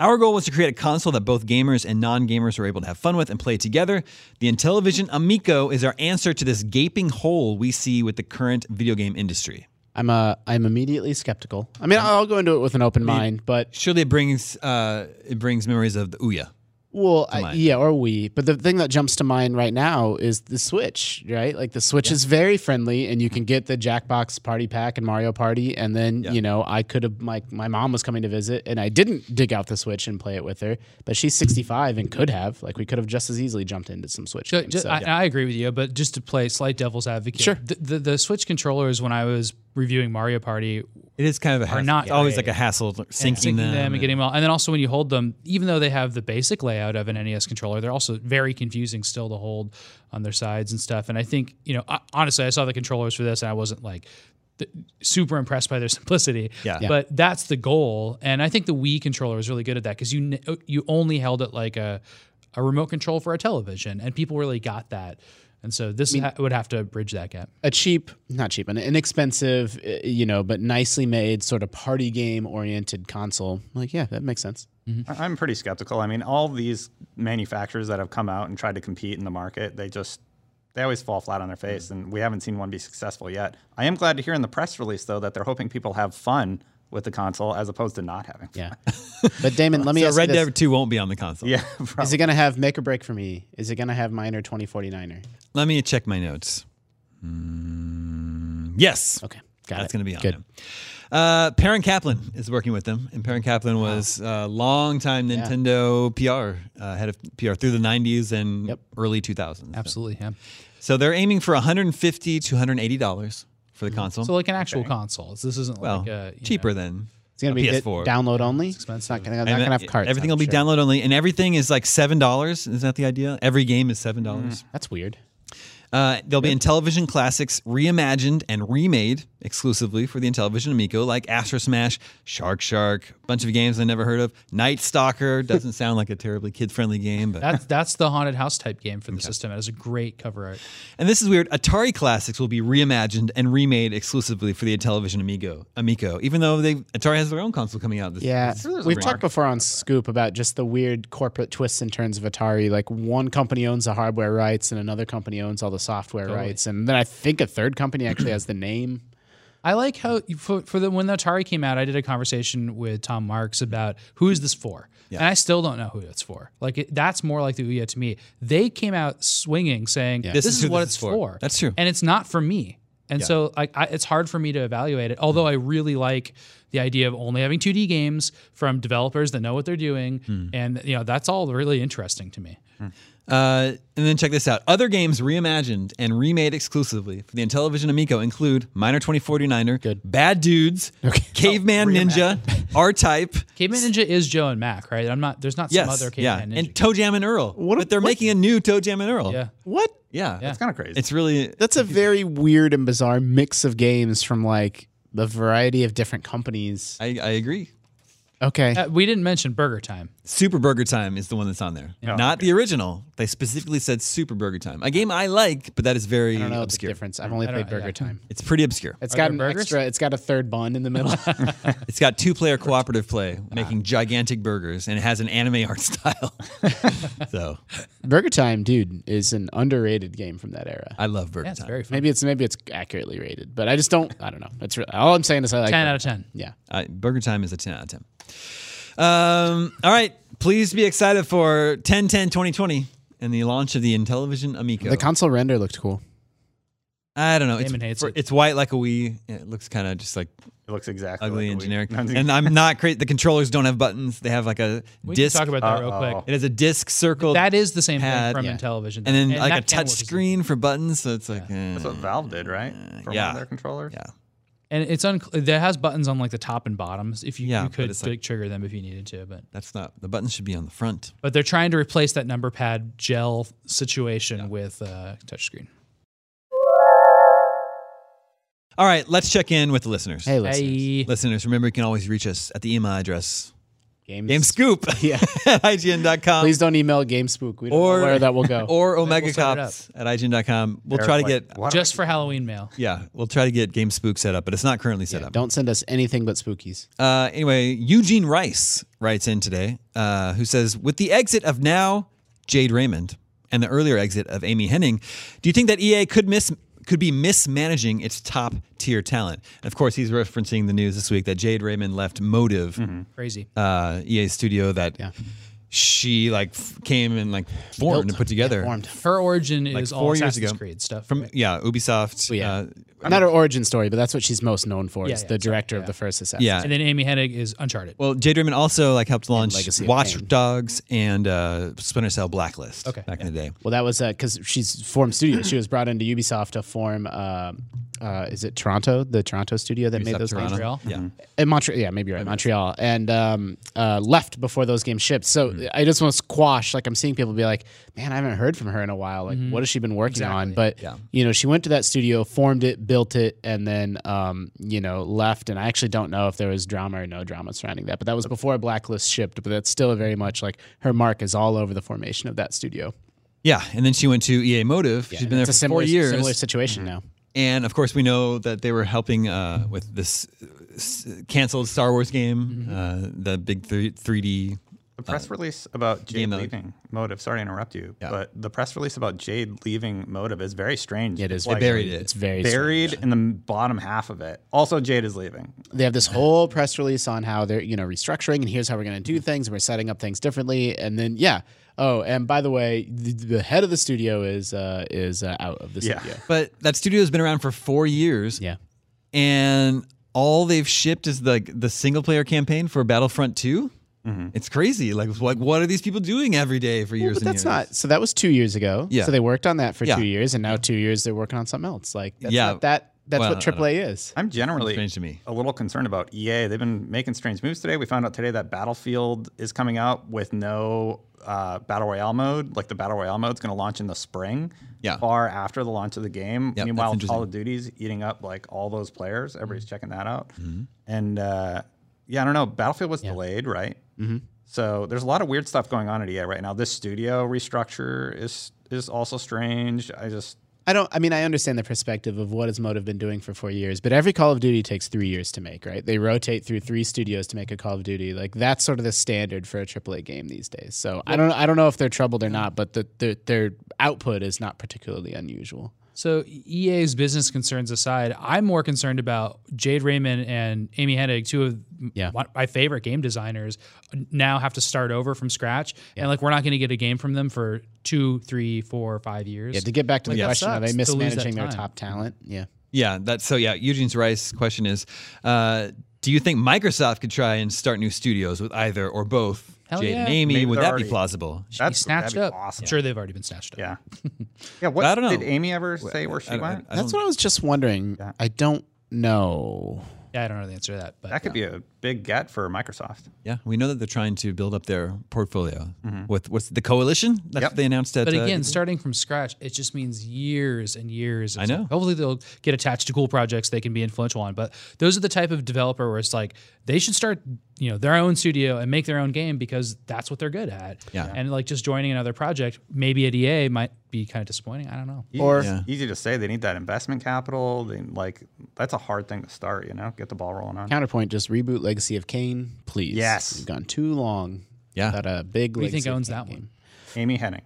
S1: Our goal was to create a console that both gamers and non gamers were able to have fun with and play together. The Intellivision Amico is our answer to this gaping hole we see with the current video game industry.
S3: I'm uh, I'm immediately skeptical. I mean, I'll go into it with an open mind, but
S1: Surely it brings uh, it brings memories of the Ouya.
S3: well, I, yeah, or we. But the thing that jumps to mind right now is the Switch, right? Like the Switch is very friendly, and you can get the Jackbox Party Pack and Mario Party, and then you know I could have my my mom was coming to visit, and I didn't dig out the Switch and play it with her, but she's 65 and could have like we could have just as easily jumped into some Switch.
S2: Ju-
S3: games,
S2: ju-
S3: so-
S2: I, I agree with you, but just to play slight devil's advocate, sure. the, the the Switch controllers when I was reviewing Mario Party
S1: It is kind of a hassle.
S2: not
S1: It's always
S2: great.
S1: like a hassle syncing,
S2: syncing them,
S1: them
S2: and getting them all. And then also when you hold them, even though they have the basic layout of an NES controller, they're also very confusing still to hold on their sides and stuff. And I think you know, I, honestly, I saw the controllers for this, and I wasn't like th- super impressed by their simplicity.
S1: Yeah. Yeah.
S2: But that's the goal, and I think the Wii controller is really good at that because you kn- you only held it like a a remote control for a television, and people really got that. And so this ha- would have to bridge that gap.
S3: a cheap, not cheap, an inexpensive, uh, you know, but nicely made sort of party game oriented console. Like, yeah, that makes sense.
S1: Mm-hmm.
S4: I- I'm pretty skeptical. I mean, all these manufacturers that have come out and tried to compete in the market, they just they always fall flat on
S1: Mm-hmm.
S4: their face, and we haven't seen one be successful yet. I am glad to hear in the press release though that they're hoping people have fun with the console as opposed to not having. Fun.
S3: Yeah. but Damon, let me
S1: So
S3: ask
S1: Red
S3: you this.
S1: Dead 2 won't be on the console.
S4: Yeah, probably.
S3: Is it going to have make or break for me? Is it going to have minor 2049er?
S1: Let me check my notes. Mm, yes.
S3: Okay. Got
S1: That's
S3: it.
S1: going to be on
S3: Good.
S1: them. Uh, Perrin Kaplan is working with them, and Perrin Kaplan was a longtime Nintendo PR uh, head of PR through the '90s and early 2000s.
S2: Absolutely, yeah.
S1: So they're aiming for 150 to 180 dollars for the
S3: Mm-hmm.
S1: console.
S2: So like an actual console. So this isn't
S1: well,
S2: like a you
S1: cheaper than
S3: uh, It's going to be di-
S1: PS4.
S3: download only. It's not going to have carts.
S1: uh, Everything
S3: I'm
S1: will be
S3: sure.
S1: download only, and everything is like seven dollars. Is that the idea? Every game is seven dollars.
S3: That's weird.
S1: Uh, they'll be in television classics reimagined and remade exclusively for the Intellivision Amico, like Astro Smash, Shark Shark, bunch of games I never heard of. Night Stalker doesn't sound like a terribly kid-friendly game, but
S2: That's that's the haunted house type game for the system. It has a great cover art.
S1: and this is weird. Atari classics will be reimagined and remade exclusively for the Intellivision Amigo, Amico, even though they Atari has their own console coming out. This,
S3: Yeah,
S1: this-
S3: we've talked before on Scoop about just the weird corporate twists and turns of Atari. Like one company owns the hardware rights, and another company owns all the software rights, and then I think a third company actually has the name.
S2: I like how for, for the when the Atari came out, I did a conversation with Tom Marks about who is this for, and I still don't know who it's for. Like it, that's more like the Ouya to me. They came out swinging, saying this,
S1: This is
S2: is,
S1: who
S2: what
S1: this
S2: it's
S1: is for."
S2: for.
S1: That's true.
S2: and it's not for me. And so like I, it's hard for me to evaluate it. Although I really like the idea of only having 2D games from developers that know what they're doing,
S1: Hmm.
S2: and you know that's all really interesting to me.
S1: Uh, and then check this out. Other games reimagined and remade exclusively for the Intellivision Amico include Minor 2049er, Good. Bad Dudes,
S2: Oh,
S1: Caveman Ninja, R Type,
S2: Caveman Ninja is Joe and Mac, right? I'm not. There's not some
S1: yes,
S2: other
S1: yeah,
S2: Caveman Ninja.
S1: and Toe Jam and Earl. but they're making a new Toe Jam and Earl.
S2: yeah.
S3: What?
S1: yeah,
S4: It's kind of crazy.
S1: It's really
S3: That's a very weird and bizarre mix of games from like the variety of different companies.
S1: I, I agree.
S3: Okay,
S2: Uh, we didn't mention Burger Time.
S1: Super Burger Time is the one that's on there, not the original. They specifically said Super Burger Time, a game I like, but that is very
S3: I don't know the
S1: obscure.
S3: difference. I've only played Burger Time.
S1: It's pretty obscure.
S3: It's got
S2: there
S3: an
S2: burgers?
S3: extra. It's got a third bun in the middle.
S1: It's got two player cooperative play,
S2: Ah.
S1: making gigantic burgers, and it has an anime art style. so
S3: Burger Time, dude, is an underrated game from that era.
S1: I love Burger
S2: Yeah, it's
S1: Time.
S2: very fun.
S3: Maybe it's maybe it's accurately rated, but I just don't. I don't know. It's re- all I'm saying is I like
S2: Ten
S3: Burger
S2: out of ten.
S3: Yeah.
S1: Uh, Burger Time is a 10 out of 10. Um, all right. Please be excited for 10 10 2020 and the launch of the Intellivision Amico.
S3: The console render looked cool.
S1: I don't know. It's,
S2: Damon hates
S1: for-
S2: it.
S1: it's white like a Wii. It looks kind of just like
S4: it looks exactly
S1: ugly
S4: like
S1: and
S4: a Wii.
S1: generic.
S4: No, I'm just-
S1: and I'm not crazy. The controllers don't have buttons. They have like a
S2: We
S1: disc.
S2: can talk about that real
S4: Uh-oh.
S2: quick.
S1: it has a disc circle.
S2: That is the same
S1: Had-
S2: thing
S1: yeah.
S2: from television,
S1: and then like a touch
S2: touch
S1: screen for buttons. So it's like, eh,
S4: that's what Valve did, right? For one
S1: Mm, yeah.
S4: of their controllers.
S1: yeah.
S2: And it's un. That has buttons on like the top and bottoms. If you,
S1: Yeah,
S2: you
S1: but
S2: could
S1: it's like-
S2: click trigger them if you needed to, but
S1: That's not, the buttons should be on the front.
S2: but they're trying to replace that number pad gel situation with uh, touch screen.
S1: All right. Let's check in with the listeners.
S3: Hey, listeners.
S2: Hey.
S1: Listeners, remember you can always reach us at the email address
S3: Games.
S1: gamescoop
S3: Yeah.
S1: at ign.com.
S3: Please don't email GameSpook. We don't
S1: Or-
S3: know where that will go.
S1: or Omega
S2: we'll set it
S1: Cops at IGN.com. We'll try to
S4: Like,
S1: get
S4: what?
S2: Just for Halloween mail.
S1: yeah, we'll try to get Game Spook set up, but it's not currently set up.
S3: don't send us anything but spookies.
S1: Uh, anyway, Eugene Rice writes in today, uh, who says, with the exit of now Jade Raymond and the earlier exit of Amy Henning, do you think that EA could miss could be mismanaging its top tier talent? And of course, he's referencing the news this week that Jade Raymond left Motive,
S3: Mm-hmm.
S2: Crazy.
S1: uh, EA studio that. She like f- came and like formed and put together.
S3: Formed.
S2: Her origin is all
S1: four years
S2: Assassin's
S1: ago.
S2: Creed stuff.
S1: from yeah Ubisoft.
S3: Oh, yeah.
S1: uh,
S3: Not her origin story, but that's what she's most known for.
S2: Yeah,
S3: is
S2: yeah,
S3: the
S2: sorry,
S3: director of the first Assassin's
S1: Yeah.
S2: and then Amy Hennig is Uncharted.
S1: well, Jay Raymond also like helped launch
S3: Legacy of
S1: Watch
S3: Kain.
S1: Dogs and uh, Splinter Cell Blacklist.
S2: Okay.
S1: back in the day.
S3: Well, that was because she's formed studios. She was brought into Ubisoft to form uh, uh, is it Toronto, the Toronto studio that made
S1: Except
S3: those games?
S1: Toronto.
S2: Montreal?
S1: Yeah.
S3: in Uh, Montreal. Yeah, maybe you're right. Montreal and um, uh, left before those games shipped. So
S1: Hmm.
S3: I just want to squash. Like I'm seeing people be like, "Man, I haven't heard from her in a while. Like, what has she been working on?" But
S1: Mm-hmm. Yeah.
S3: you know, she went to that studio, formed it, built it, and then um, you know left. And I actually don't know if there was drama or no drama surrounding that. But that was before Blacklist shipped. But that's still very much like her mark is all over the formation of that studio.
S1: Yeah, and then she went to EA Motive. She's been there
S3: it's
S1: for
S3: a similar,
S1: four years. Mm-hmm.
S3: similar situation now.
S1: And of course, we know that they were helping uh, with this uh, s- canceled Star Wars game,
S3: Mm-hmm.
S1: uh, the big three, 3D.
S3: Uh,
S4: The press release about Jade
S1: mode.
S4: leaving Motive. Sorry to interrupt you, but the press release about Jade leaving Motive is very strange.
S3: It is
S4: It's like
S1: buried it.
S3: It's very
S4: buried in the bottom half of it. Also, Jade is leaving.
S3: they have this whole press release on how they're you know restructuring and here's how we're going to
S1: Mm-hmm.
S3: do things and we're setting up things differently and then yeah oh and by the way the, the head of the studio is uh is uh, out of the
S4: Yeah.
S3: studio
S1: But that studio has been around for four years.
S3: yeah
S1: And all they've shipped is the, the single player campaign for Battlefront 2. It's crazy. Like, like, what are these people doing every day for years
S3: Mm-hmm. but
S1: and
S3: that's
S1: years?
S3: not so that was two years ago
S1: Yeah.
S3: so they worked on that for
S1: Yeah.
S3: two years and now two years they're working on something else like that's
S1: Yeah.
S3: not that that's
S1: Well,
S3: what
S1: I don't
S3: aaa is
S4: I'm generally
S1: Strange to me.
S4: a little concerned about EA. They've been making strange moves today. We found out today that Battlefield is coming out with no uh, battle royale mode. Like the battle royale mode's going to launch in the spring,
S1: Yeah.
S4: far after the launch of the game.
S1: that's
S4: Meanwhile,
S1: interesting. Mm-hmm.
S4: Call of Duty's eating up like all those players. Everybody's checking that out. And uh, yeah, I don't know. Battlefield was delayed, right? Mm-hmm. So there's a lot of weird stuff going on at EA right now. This studio restructure is is also strange. I just
S3: i don't i mean i understand the perspective of what has motive been doing for four years but every call of duty takes three years to make right they rotate through three studios to make a call of duty like that's sort of the standard for a aaa game these days so i don't i don't know if they're troubled or not but the, the, their output is not particularly unusual
S2: So EA's business concerns aside, I'm more concerned about Jade Raymond and Amy Hennig, two of m-
S3: Yeah.
S2: one- my favorite game designers, now have to start over from scratch, and like we're not going to get a game from them for two, three, four, five years.
S3: yeah to get back to the
S2: that
S3: question are they
S2: sucks to lose that
S3: mismanaging their
S2: time.
S3: top talent yeah
S1: Yeah, that's so. Yeah, Eugene's Rice question is uh, Do you think Microsoft could try and start new studios with either or both
S2: Hell
S1: Jade
S2: yeah.
S1: and Amy?
S4: Maybe
S1: Would
S4: they're
S1: that
S4: already-
S1: be plausible?
S2: Be
S4: That's-
S2: snatched
S4: that'd be
S2: up.
S4: awesome.
S2: I'm sure they've already been snatched up.
S4: yeah, yeah. What
S1: I don't know.
S4: did Amy ever say where she went?
S1: I
S3: that's what i was just wondering i don't know
S2: Yeah, I don't know the answer to that, but
S4: That could be a big get for Microsoft.
S1: Yeah, we know that they're trying to build up their portfolio with what's the coalition that's
S4: Mm-hmm. Yep.
S1: what they announced at.
S2: But
S1: uh,
S2: again, starting from scratch, it just means years and years. I
S1: know.
S2: hopefully, they'll get attached to cool projects they can be influential on. But those are the type of developer where it's like they should start, you know, their own studio and make their own game because that's what they're good at.
S1: Yeah.
S2: And like just joining another project, maybe at EA might be kind of disappointing. I don't know.
S4: or
S1: Yeah.
S4: easy to say they need that investment capital. They like that's a hard thing to start. You know, get the ball rolling on.
S3: counterpoint just reboot legacy of kane please
S4: Yes.
S3: We've gone too long
S1: Yeah.
S3: without a big
S2: Who do you think
S3: Legacy of
S2: owns
S3: Kain
S2: that
S3: game.
S2: one?
S4: Amy Henning.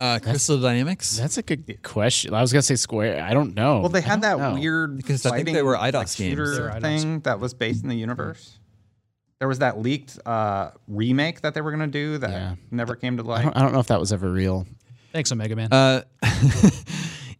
S1: uh, Crystal Dynamics.
S3: That's a good question. I was gonna say Square. I don't know.
S4: well, they
S3: I don't
S4: had that
S3: know.
S4: weird
S1: Because I think they
S4: fighting,
S1: were
S4: like,
S1: IDOS games.
S4: shooter
S1: They
S2: were IDOS.
S4: thing that was based in the universe. There was that leaked uh, remake that they were gonna do that
S3: Yeah.
S4: never came to
S3: I
S4: light.
S3: don't, I don't know if that was ever real.
S2: Thanks, Omega Man.
S1: Uh,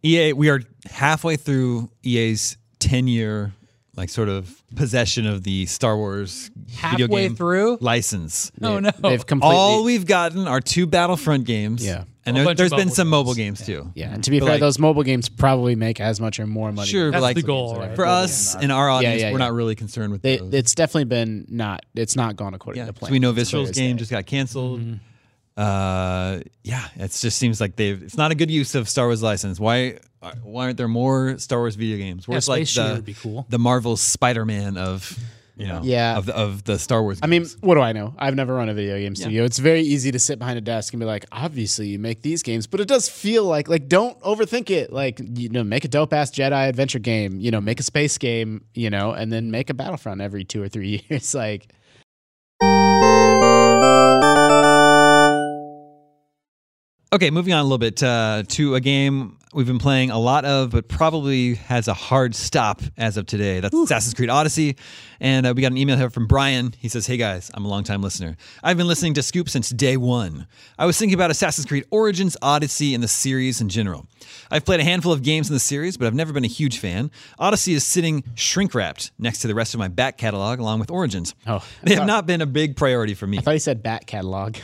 S1: EA, E we are halfway through EA's ten-year, like sort of possession of the Star Wars video
S2: Halfway
S1: game
S2: through?
S1: license.
S2: oh no,
S3: They- They've completely.
S1: All we've gotten are two Battlefront games.
S3: Yeah.
S1: and
S2: A
S1: there,
S2: bunch of
S1: there's been
S2: mobile
S1: some
S2: games.
S1: mobile games too.
S3: yeah, and to be fair,
S1: like-
S3: those mobile games probably make as much or more money.
S1: Sure, but
S2: That's
S1: like
S2: the goal, right?
S1: for
S2: Mobile
S1: us and our audience,
S3: yeah,
S1: we're
S3: yeah.
S1: not really concerned with
S3: They,
S1: those.
S3: it's definitely been not. It's not gone according
S1: Yeah,
S3: to
S1: 'cause
S3: plan.
S1: we know
S3: That's
S1: Visceral's
S3: what it
S1: game
S3: is.
S1: just got canceled.
S2: Mm-hmm.
S1: Uh, yeah, it just seems like they've. It's not a good use of Star Wars license. Why? uh, Why aren't there more Star Wars video games? Where's like
S2: Space Shooter
S1: the
S2: would be cool.
S1: the Marvel Spider Man of you know
S3: Yeah.
S1: of the, of the Star Wars.
S3: I mean, what do I know? I've never run a video game studio. It's very easy to sit behind a desk and be like, obviously you make these games, but it does feel like like don't overthink it. Like you know, make a dope ass Jedi adventure game. You know, make a space game. You know, and then make a Battlefront every two or three years. like
S1: okay, moving on a little bit uh, to a game we've been playing a lot of, but probably has a hard stop as of today. That's Assassin's Creed Odyssey, and uh, we got an email here from Brian. He says, "Hey guys, I'm a longtime listener. I've been listening to Scoop since day one. I was thinking about Assassin's Creed Origins, Odyssey, and the series in general. I've played a handful of games in the series, but I've never been a huge fan. Odyssey is sitting shrink wrapped next to the rest of my back catalog, along with Origins.
S3: Oh.
S1: they have not been a big priority for me.
S3: I thought he said bat catalog.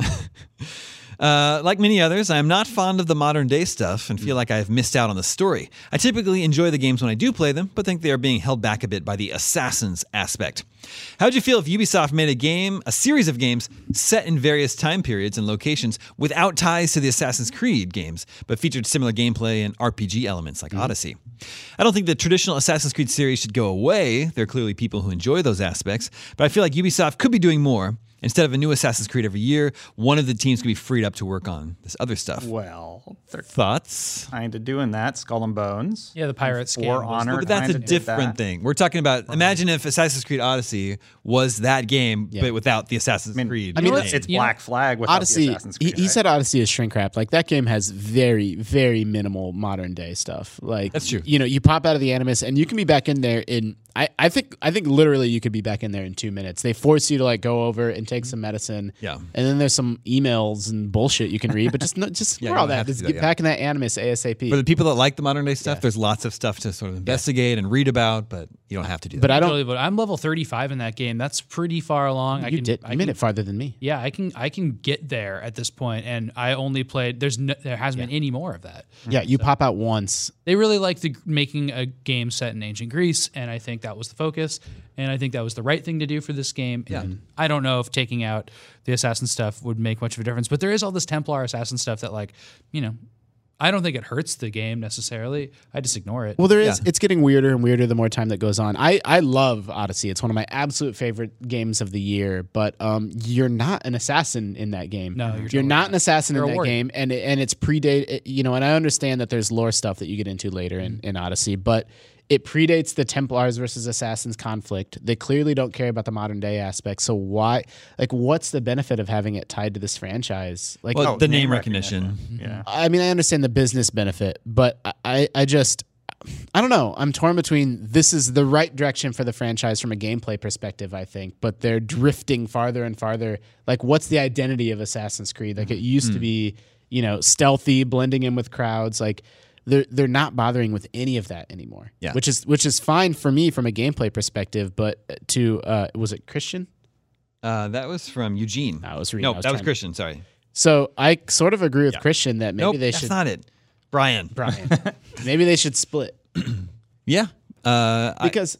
S1: Uh, like many others, I am not fond of the modern day stuff and feel like I have missed out on the story. I typically enjoy the games when I do play them, but think they are being held back a bit by the assassins aspect. How'd you feel if Ubisoft made a game, a series of games, set in various time periods and locations without ties to the Assassin's Creed games, but featured similar gameplay and RPG elements like Odyssey? I don't think the traditional Assassin's Creed series should go away. There are clearly people who enjoy those aspects, but I feel like Ubisoft could be doing more. Instead of a new Assassin's Creed every year, one of the teams could be freed up to work on this other stuff.
S4: Well, they're
S1: Thoughts?
S4: kind of doing that. Skull and Bones.
S2: Yeah, the pirates game.
S4: War
S2: was-
S4: Honor.
S1: But that's a
S4: kinda did
S1: different
S4: that.
S1: thing. We're talking about imagine if Assassin's Creed Odyssey was that game, but without the Assassin's Creed.
S4: I mean,
S1: name.
S4: it's, it's
S2: you know-
S4: Black Flag without
S3: Odyssey.
S4: the Assassin's
S3: he,
S4: Creed.
S3: he
S4: right?
S3: said Odyssey is shrink wrap. Like that game has very, very minimal modern day stuff. Like that's
S1: true.
S3: You know, you pop out of the Animus and you can be back in there in. I, I think I think literally you could be back in there in two minutes. They force you to like go over and take some medicine.
S1: Yeah.
S3: And then there's some emails and bullshit you can read, but just no, just ignore
S1: you
S3: all
S1: don't have
S3: that.
S1: to
S3: Just
S1: do
S3: get
S1: that, yeah.
S3: back in that Animus ASAP.
S1: for the people that like the modern day stuff, there's lots of stuff to sort of investigate and read about, but you don't have to do that.
S3: but I don't.
S2: Totally, but I'm level 35 in that game. That's pretty far along. I
S3: You
S2: can,
S3: did.
S2: I
S3: You
S2: can
S3: made it farther than me.
S2: Yeah, I can I can get there at this point, and I only played. There's no, there hasn't been any more of that.
S3: Yeah, you pop out once.
S2: They really liked the, making a game set in ancient Greece, and I think that was the focus, and I think that was the right thing to do for this game. Yeah.
S3: Mm-hmm.
S2: I don't know if taking out the assassin stuff would make much of a difference, but there is all this Templar assassin stuff that, like, you know, I don't think it hurts the game necessarily. I just ignore it.
S3: Well, there is. It's getting weirder and weirder the more time that goes on. I, I love Odyssey. It's one of my absolute favorite games of the year. But um, you're not an assassin in that game.
S2: No, you're totally
S3: not an assassin
S2: You're a
S3: in that
S2: warrior.
S3: game, and it, and it's predate. it- You know, and I understand that there's lore stuff that you get into later in,
S2: Mm-hmm.
S3: in Odyssey, but it predates the Templars versus assassins conflict. They clearly don't care about the modern day aspect. So why, like, what's the benefit of having it tied to this franchise? Like,
S1: Well, the name,
S4: name
S1: recognition.
S4: yeah.
S3: I mean, I understand the business benefit, but I- I, I just, I don't know. I'm torn between this is the right direction for the franchise from a gameplay perspective, I think, but they're drifting farther and farther. Like, what's the identity of Assassin's Creed? Like, it
S1: Mm-hmm.
S3: used
S1: Mm.
S3: to be, you know, stealthy, blending in with crowds. Like, they're they're not bothering with any of that anymore.
S1: Yeah.
S3: which is which is fine for me from a gameplay perspective, but to uh, was it Christian?
S1: Uh, that was from Eugene.
S3: I was reading.
S1: no,
S3: I
S1: that was
S3: trying-
S1: Christian. Sorry.
S3: So I sort of agree with Christian that maybe
S1: nope,
S3: they
S1: that's
S3: should
S1: not it. Brian.
S3: Brian. maybe they should split.
S1: Yeah. Uh, I-
S3: because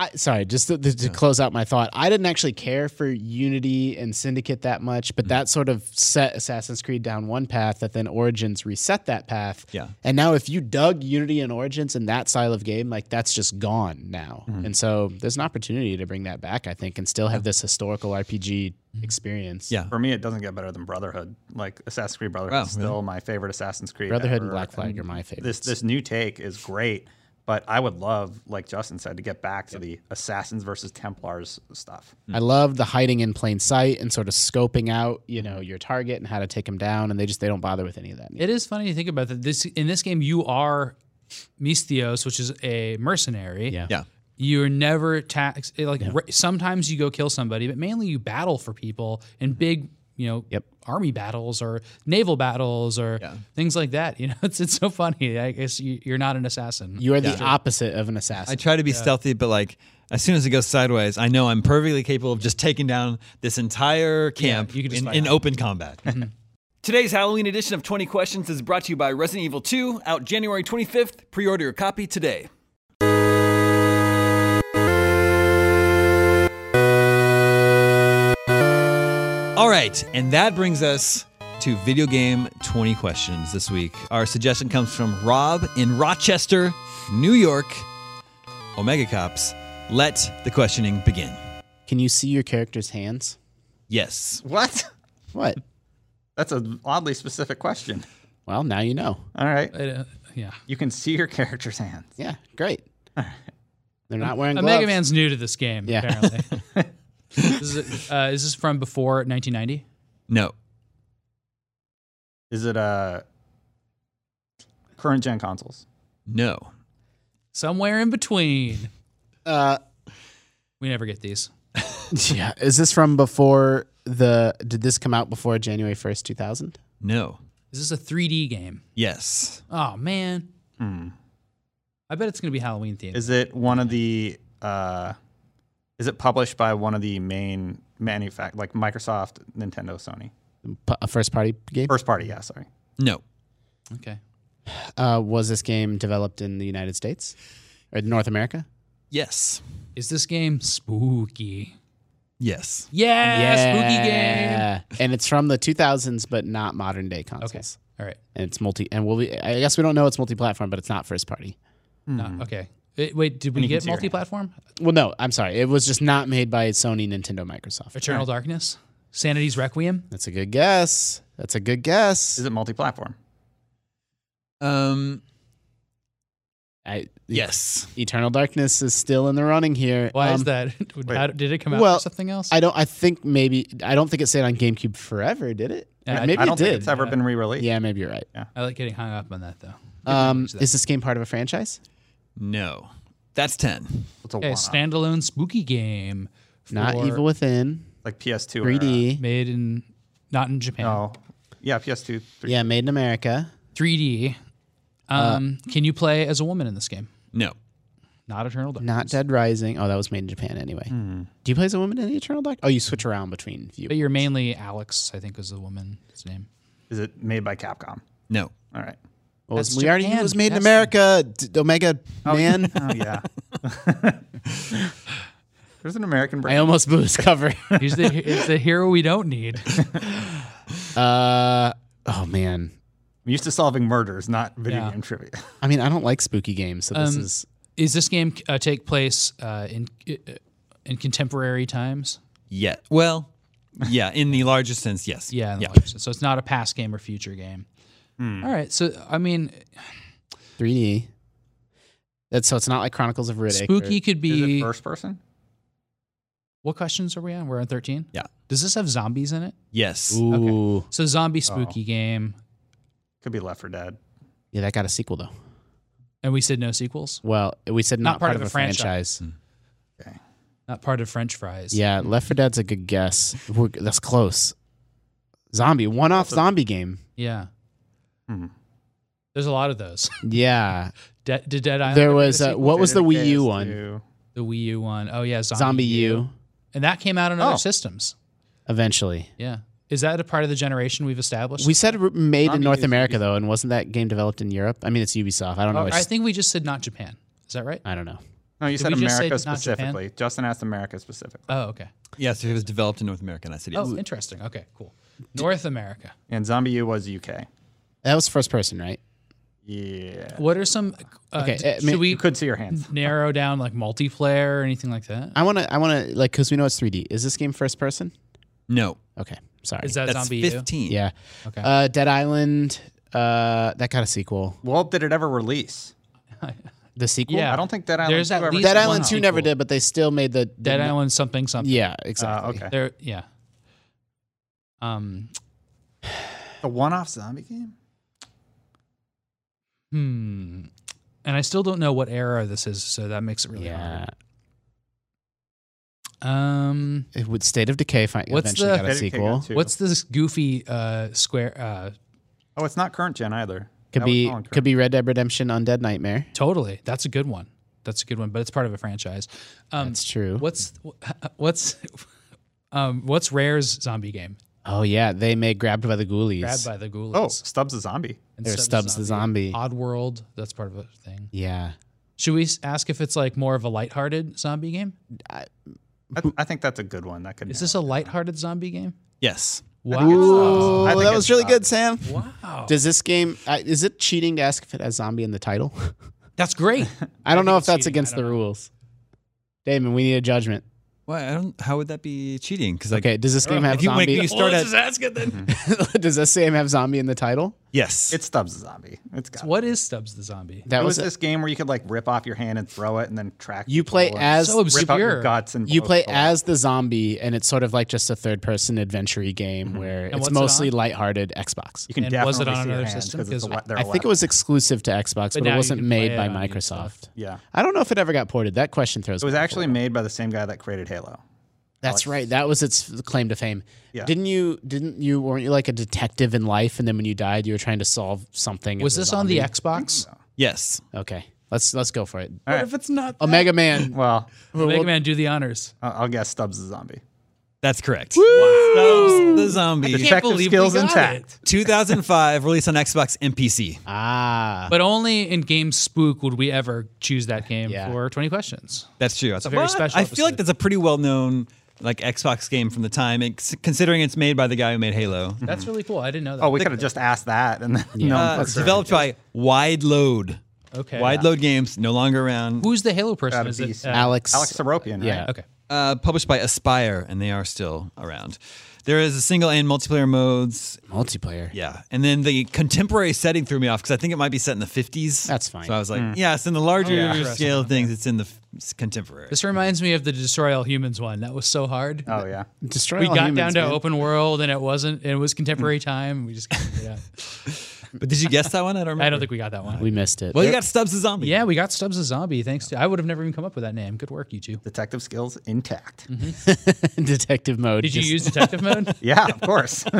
S3: I, sorry, just to, to, to close out my thought, I didn't actually care for Unity and Syndicate that much,
S1: Mm.
S3: but that sort of set Assassin's Creed down one path that then Origins reset that path.
S1: Yeah.
S3: And now if you dug Unity and Origins and that style of game, like that's just gone now.
S1: Mm-hmm.
S3: And so there's an opportunity to bring that back, I think, and still have this historical RPG experience.
S1: Mm-hmm. Yeah.
S4: For me, it doesn't get better than Brotherhood. Like Assassin's Creed Brotherhood
S1: Wow,
S4: is still my favorite Assassin's Creed.
S3: Brotherhood and
S4: ever.
S3: Black Flag are my favorites.
S4: This this new take is great, but I would love, like Justin said, to get back to the Assassins versus Templars stuff.
S1: Mm.
S3: I love the hiding in plain sight and sort of scoping out, you know, your target and how to take them down, and they just they don't bother with any of that.
S2: It is funny to think about that. This in this game, you are Mistios, which is a mercenary.
S3: Yeah.
S1: yeah.
S2: You're never taxed. Like re- sometimes you go kill somebody, but mainly you battle for people in big, you know,
S3: Mm-hmm. Yep.
S2: army battles or naval battles or things like that. You know, it's it's so funny. I guess you, you're not an assassin.
S3: You are the opposite of an assassin.
S1: I try to be stealthy, but like as soon as it goes sideways, I know I'm perfectly capable of just taking down this entire camp
S2: you can just
S1: in,
S2: fight
S1: in open combat. Today's Halloween edition of 20 Questions is brought to you by Resident Evil 2, out January 25th. Pre order your copy today. All right, and that brings us to video game 20 questions this week. Our suggestion comes from Rob in Rochester, New York. Omega Cops, let the questioning begin.
S3: Can you see your character's hands?
S1: Yes.
S4: What?
S3: What?
S4: That's an oddly specific question.
S3: Well, now you know.
S4: All right,
S2: Uh, yeah.
S4: you can see your character's hands.
S3: Yeah, great. They're not wearing
S2: Uh,
S3: gloves.
S2: Mega Man's new to this game,
S3: Yeah.
S2: apparently. this is, uh, is this from before 1990?
S1: No.
S4: Is it uh, current gen consoles?
S1: No.
S2: Somewhere in between.
S3: Uh,
S2: We never get these.
S3: yeah, is this from before the? Did this come out before January first, two thousand?
S1: No.
S2: Is this a 3D game?
S1: Yes.
S2: Oh man.
S3: Hmm.
S2: I bet it's gonna be Halloween themed.
S4: Is it one of the? Uh, is it published by one of the main manufact like Microsoft, Nintendo, Sony?
S3: P- a first party game?
S4: First party, yeah, sorry.
S1: No.
S2: Okay.
S3: Uh, was this game developed in the United States or North America?
S1: Yes.
S2: Is this game spooky?
S1: Yes.
S2: Yeah, spooky game.
S3: game. And it's from the 2000s, but not modern day consoles.
S2: Okay. All right.
S3: And it's multi, and we'll be, I guess we don't know it's multi platform, but it's not first party.
S2: Not- okay. Eh, Wait, did we
S4: you can
S2: get
S4: see your hand.
S2: multi-platform?
S3: Well, no, I'm sorry. It was just not made by Sony, Nintendo, Microsoft.
S2: Eternal Darkness, Sanity's Requiem.
S3: That's a good guess. That's a good guess.
S4: Is it multi platform?
S1: Um.
S3: I,
S1: Yes.
S3: Eternal Darkness is still in the running here.
S2: Why
S3: Um,
S2: is that? How, did it come out
S3: well,
S2: for something else?
S3: I don't. I think maybe I don't think it stayed on GameCube forever, did it?
S2: Yeah, Uh, I-
S3: maybe
S4: I don't
S3: it
S4: think
S3: did.
S4: it's ever been re released.
S3: yeah, maybe you're right.
S2: I like getting hung up on that though.
S3: Um,
S2: that.
S3: is this game part of a franchise?
S1: No. That's ten.
S4: It's a
S2: Okay,
S4: one
S2: standalone spooky game.
S3: Not
S2: for-
S3: Evil Within,
S4: like PS2 era.
S3: 3D.
S2: uh, Made in not in Japan.
S4: No. Yeah, PS2. 3D.
S3: Yeah, made in America.
S2: 3D. Um, can you play as a woman in this game?
S1: No.
S2: Not Eternal Darkness.
S3: Not Dead Rising. Oh, that was made in Japan anyway. Do you play as a woman in the Eternal Dark? Oh, you switch around between you.
S2: Hmm. But you're mainly Alex, I think, is the woman's name.
S4: Is it made by Capcom?
S1: No.
S4: All right.
S3: Well,
S2: that's
S3: we already knew
S2: Japan.
S3: it was made in
S2: That's-
S3: America. D- Omega Man.
S4: Oh, yeah. There's an American
S3: I
S4: brand.
S3: almost blew his cover.
S2: He's the, he's the hero we don't need.
S3: uh, oh man.
S4: I'm used to solving murders, not video
S2: Yeah.
S4: game trivia.
S3: I mean, I don't like spooky games, so this
S2: Um,
S3: is
S2: Is this game uh, take place uh, in uh, in contemporary times?
S1: Yeah. Well. Yeah. In the larger sense, yes.
S2: Yeah, in the
S1: Yeah.
S2: large sense. So it's not a past game or future game.
S4: Hmm.
S2: All right. So I mean,
S3: 3D. That's so it's not like Chronicles of Riddick. or-
S2: spooky could
S4: Is
S2: be.
S4: it first person?
S2: What questions are we on? We're on thirteen.
S1: Yeah.
S2: Does this have zombies in it?
S1: Yes.
S3: Ooh.
S2: So
S4: Oh.
S2: zombie spooky game,
S4: Could be Left for Dead.
S3: Yeah, that got a sequel though.
S2: and we said no sequels.
S3: Well, we said not, part, of, a franchise.
S2: Not part of French fries.
S3: Yeah, Left 4 Dead's a good guess. We're, that's close. Zombie, one off zombie game.
S2: Yeah.
S4: Hmm.
S2: There's a lot of those.
S3: Yeah.
S2: De- did Dead Island?
S3: There
S2: ever
S3: was,
S2: get a
S3: uh,
S2: sequel?
S3: what was the
S4: Jaded
S3: Wii U
S4: Case
S3: one?
S4: 2.
S2: the Wii U one. Oh yeah, zombie,
S3: Zombie U,
S2: and that came out on other
S4: Oh.
S2: systems.
S3: eventually.
S2: Yeah. Is that a part of the generation we've established?
S3: We said r- made in
S4: Zombie
S3: North
S4: U's
S3: America, though, and wasn't that game developed in Europe? I mean, it's Ubisoft. I don't know.
S2: Oh,
S3: which-
S2: I think we just said not Japan. Is that right?
S3: I don't know.
S4: No, you
S2: Did
S4: said
S2: we just say
S4: America
S2: not Japan?
S4: specifically. Justin asked America specifically.
S2: Oh, okay.
S1: Yes. If it was developed in North America, and I said yes.
S2: Oh, interesting. Okay, cool. North America.
S4: And Zombie U was UK.
S3: That was first person, right?
S4: Yeah.
S2: What are some? Uh,
S3: Okay,
S2: d-
S3: I mean-
S2: should we
S4: You could see your hands.
S2: narrow down like multiplayer or anything like that?
S3: I want to, I want to, like, because we know it's 3D. Is this game first person?
S1: No.
S3: Okay. Sorry.
S2: Is that
S1: That's
S2: zombie? U?
S1: fifteen.
S3: yeah.
S2: Okay.
S3: Uh, Dead Island, uh, that got a sequel.
S4: Well, did it ever release?
S3: The sequel?
S2: Yeah.
S4: I don't think Dead Island
S2: There's
S4: 2
S2: at
S4: ever
S2: least
S3: Dead
S2: One
S3: Island 2
S2: sequel.
S3: never did, but they still made the. the-
S2: Dead Island something something.
S3: Yeah,
S4: Uh,
S3: exactly.
S4: okay.
S2: There. Yeah. Um.
S4: The one off zombie game?
S2: Hmm. And I still don't know what era this is, so that makes it really
S3: Yeah.
S2: hard. Um.
S3: It would State of Decay fi-
S2: What's
S3: eventually
S2: the-
S3: got a
S4: Dead Decay
S3: sequel.
S4: got two.
S2: What's this goofy uh square? Uh,
S4: Oh, it's not current gen either.
S3: Could be could be Red Dead Redemption Undead Nightmare.
S2: totally. That's a good one. That's a good one, but it's part of a franchise. Um,
S3: That's true.
S2: What's what's um what's Rare's zombie game?
S3: Oh yeah, they made Grabbed by the Ghoulies.
S2: Grabbed by the Ghoulies.
S4: Oh, Stubbs a zombie.
S2: and
S3: There's Stubbs the Zombie.
S2: Odd World. That's part of a thing.
S3: yeah.
S2: Should we s- ask if it's like more of a lighthearted zombie game?
S4: I, I think that's a good one. That could
S2: Is this a lighthearted zombie game?
S1: Yes.
S2: Wow. Oh,
S3: Ooh,
S4: I think
S3: that
S4: it
S3: was really
S4: sucks.
S3: good, Sam.
S2: Wow.
S3: Does this game uh, is it cheating to ask if it has zombie in the title?
S2: That's great.
S3: I don't know if
S2: it's
S3: that's
S2: cheating.
S3: against
S2: I
S3: the
S2: don't know.
S3: rules. Damon, we need a judgment.
S1: Why? I don't. How would that be cheating? Because like,
S3: Okay, does this game have
S1: if you make
S3: zombie?
S1: you start at
S2: ask it then.
S3: does this game have zombie in the title?
S1: yes.
S4: It's Stubbs a zombie. It's got.
S2: What is Stubbs the zombie?
S3: That
S4: it
S3: was,
S4: was, this game where you could like rip off your hand and throw it, and then track.
S3: you play
S4: people and
S3: as
S2: So
S4: rip out your
S2: obscure.
S4: guts and
S3: You
S4: blow
S3: play
S4: people up.
S3: as the zombie, and it's sort of like just a third-person adventure game where
S2: Mm-hmm. what's
S3: it's
S2: it
S3: mostly
S2: on?
S3: lighthearted Xbox.
S4: You can
S2: And
S4: definitely
S2: was it on
S4: see your
S2: another
S4: hands
S2: system?
S4: 'cause it's a
S2: 'Cause
S4: le- they're
S3: I think
S4: left.
S3: it was exclusive to Xbox, but,
S2: now
S3: it
S2: you
S3: wasn't
S2: can play
S3: made
S2: it
S3: by
S2: on
S3: Microsoft.
S4: Yeah,
S3: I don't know if it ever got ported. That question throws.
S4: it was
S3: me off a
S4: actually
S3: little.
S4: made by the same guy that created Halo.
S3: That's right. That was its f- claim to fame.
S4: Yeah.
S3: Didn't you? Didn't you? Weren't you like a detective in life, and then when you died, you were trying to solve something?
S2: Was
S3: as a
S2: this on the
S3: zombie?
S2: Xbox?
S1: yes.
S3: Okay, let's let's go for it.
S2: What if it's not?
S3: Omega Man.
S4: Well,
S2: Mega Man, do the honors.
S4: I- I'll guess Stubbs the zombie.
S1: That's correct. Woo! The zombie.
S2: Can't
S4: Detective
S2: believe we
S4: skills
S2: got
S4: intact.
S1: 2005 released on Xbox and PC.
S3: Ah.
S2: But only in Game Spook would we ever choose that game
S3: Yeah.
S2: for 20 questions.
S1: That's true. That's
S2: a very special
S1: I feel like
S2: episode.
S1: that's a pretty well known like Xbox game from the time, and c- considering it's made by the guy who made Halo.
S2: That's really cool. I didn't know that.
S4: Oh, we could have just asked that and then no.
S1: Uh, it's developed by Wide Load.
S2: Okay.
S1: Wide Load Games, no longer around.
S2: Who's the Halo person?
S4: Gotta
S2: Is
S4: be
S2: it,
S4: some-
S3: Alex.
S4: Alex Seropian, right?
S3: Yeah.
S2: Okay.
S1: uh, published by Aspire, and they are still around. There is a single and multiplayer modes.
S3: Multiplayer.
S1: Yeah. And then the contemporary setting threw me off because I think it might be set in the 50s.
S3: That's fine.
S1: So I was like, yeah, it's in the larger
S2: Hmm. Interesting.
S1: scale of things. It's in the f- it's contemporary.
S2: This reminds me of the Destroy All Humans one. That was so hard.
S4: Oh yeah.
S3: Destroy
S2: we
S3: all
S2: got
S3: humans,
S2: down to
S3: man.
S2: open world and it wasn't, it was contemporary time. We just, couldn't get out.
S1: But did you guess that one? I don't remember.
S2: I don't think we got that one.
S3: We missed it.
S1: Well, you got Stubbs the Zombie.
S2: yeah, we got Stubbs the Zombie. Thanks to, I would have never even come up with that name. Good work, you two.
S4: Detective skills intact.
S3: detective mode.
S2: Did you
S3: just-
S2: use detective mode?
S4: Yeah, of course.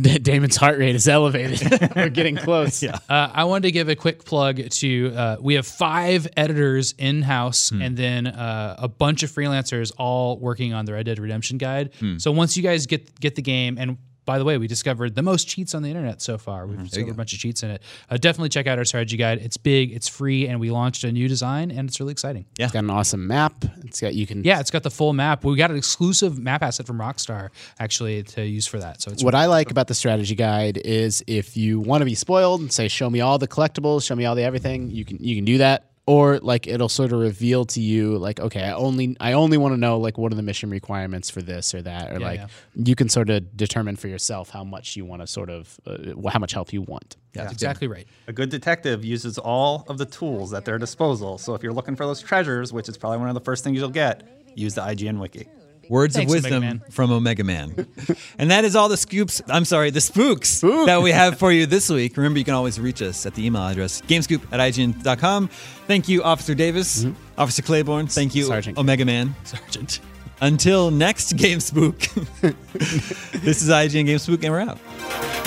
S3: Damon's heart rate is elevated. We're getting close. yeah.
S2: Uh, I wanted to give a quick plug to uh, we have five editors in house and then uh, a bunch of freelancers all working on the Red Dead Redemption guide. So once you guys get get the game and by the way, we discovered the most cheats on the internet so far. We've discovered a bunch of cheats in it. Uh, definitely check out our strategy guide. It's big, it's free, and we launched a new design, and it's really exciting.
S3: It's got an awesome map. It's got you can
S2: Yeah, it's got the full map. We got an exclusive map asset from Rockstar actually to use for that. So it's
S3: What I like about the strategy guide is if you want to be spoiled and say, "Show me all the collectibles, show me all the everything," you can you can do that. Or like it'll sort of reveal to you, like, okay, I only I only want to know like what are the mission requirements for this or that, or like
S2: yeah.
S3: you can sort of determine for yourself how much you want to sort of uh, how much help you want.
S2: that's exactly right.
S4: a good detective uses all of the tools at their disposal. So if you're looking for those treasures, which is probably one of the first things you'll get, use the IGN wiki.
S1: Words
S2: Thanks,
S1: of
S2: Omega
S1: wisdom
S2: Man.
S1: from Omega Man. and that is all the scoops, I'm sorry, the spooks that we have for you this week. Remember, you can always reach us at the email address gamescoop at IGN.com. Thank you, Officer Davis, Officer Claiborne. Thank you,
S3: Sergeant.
S1: Omega Man. Sergeant. Until next Game Spook, this is IGN Game Spook, and we're out.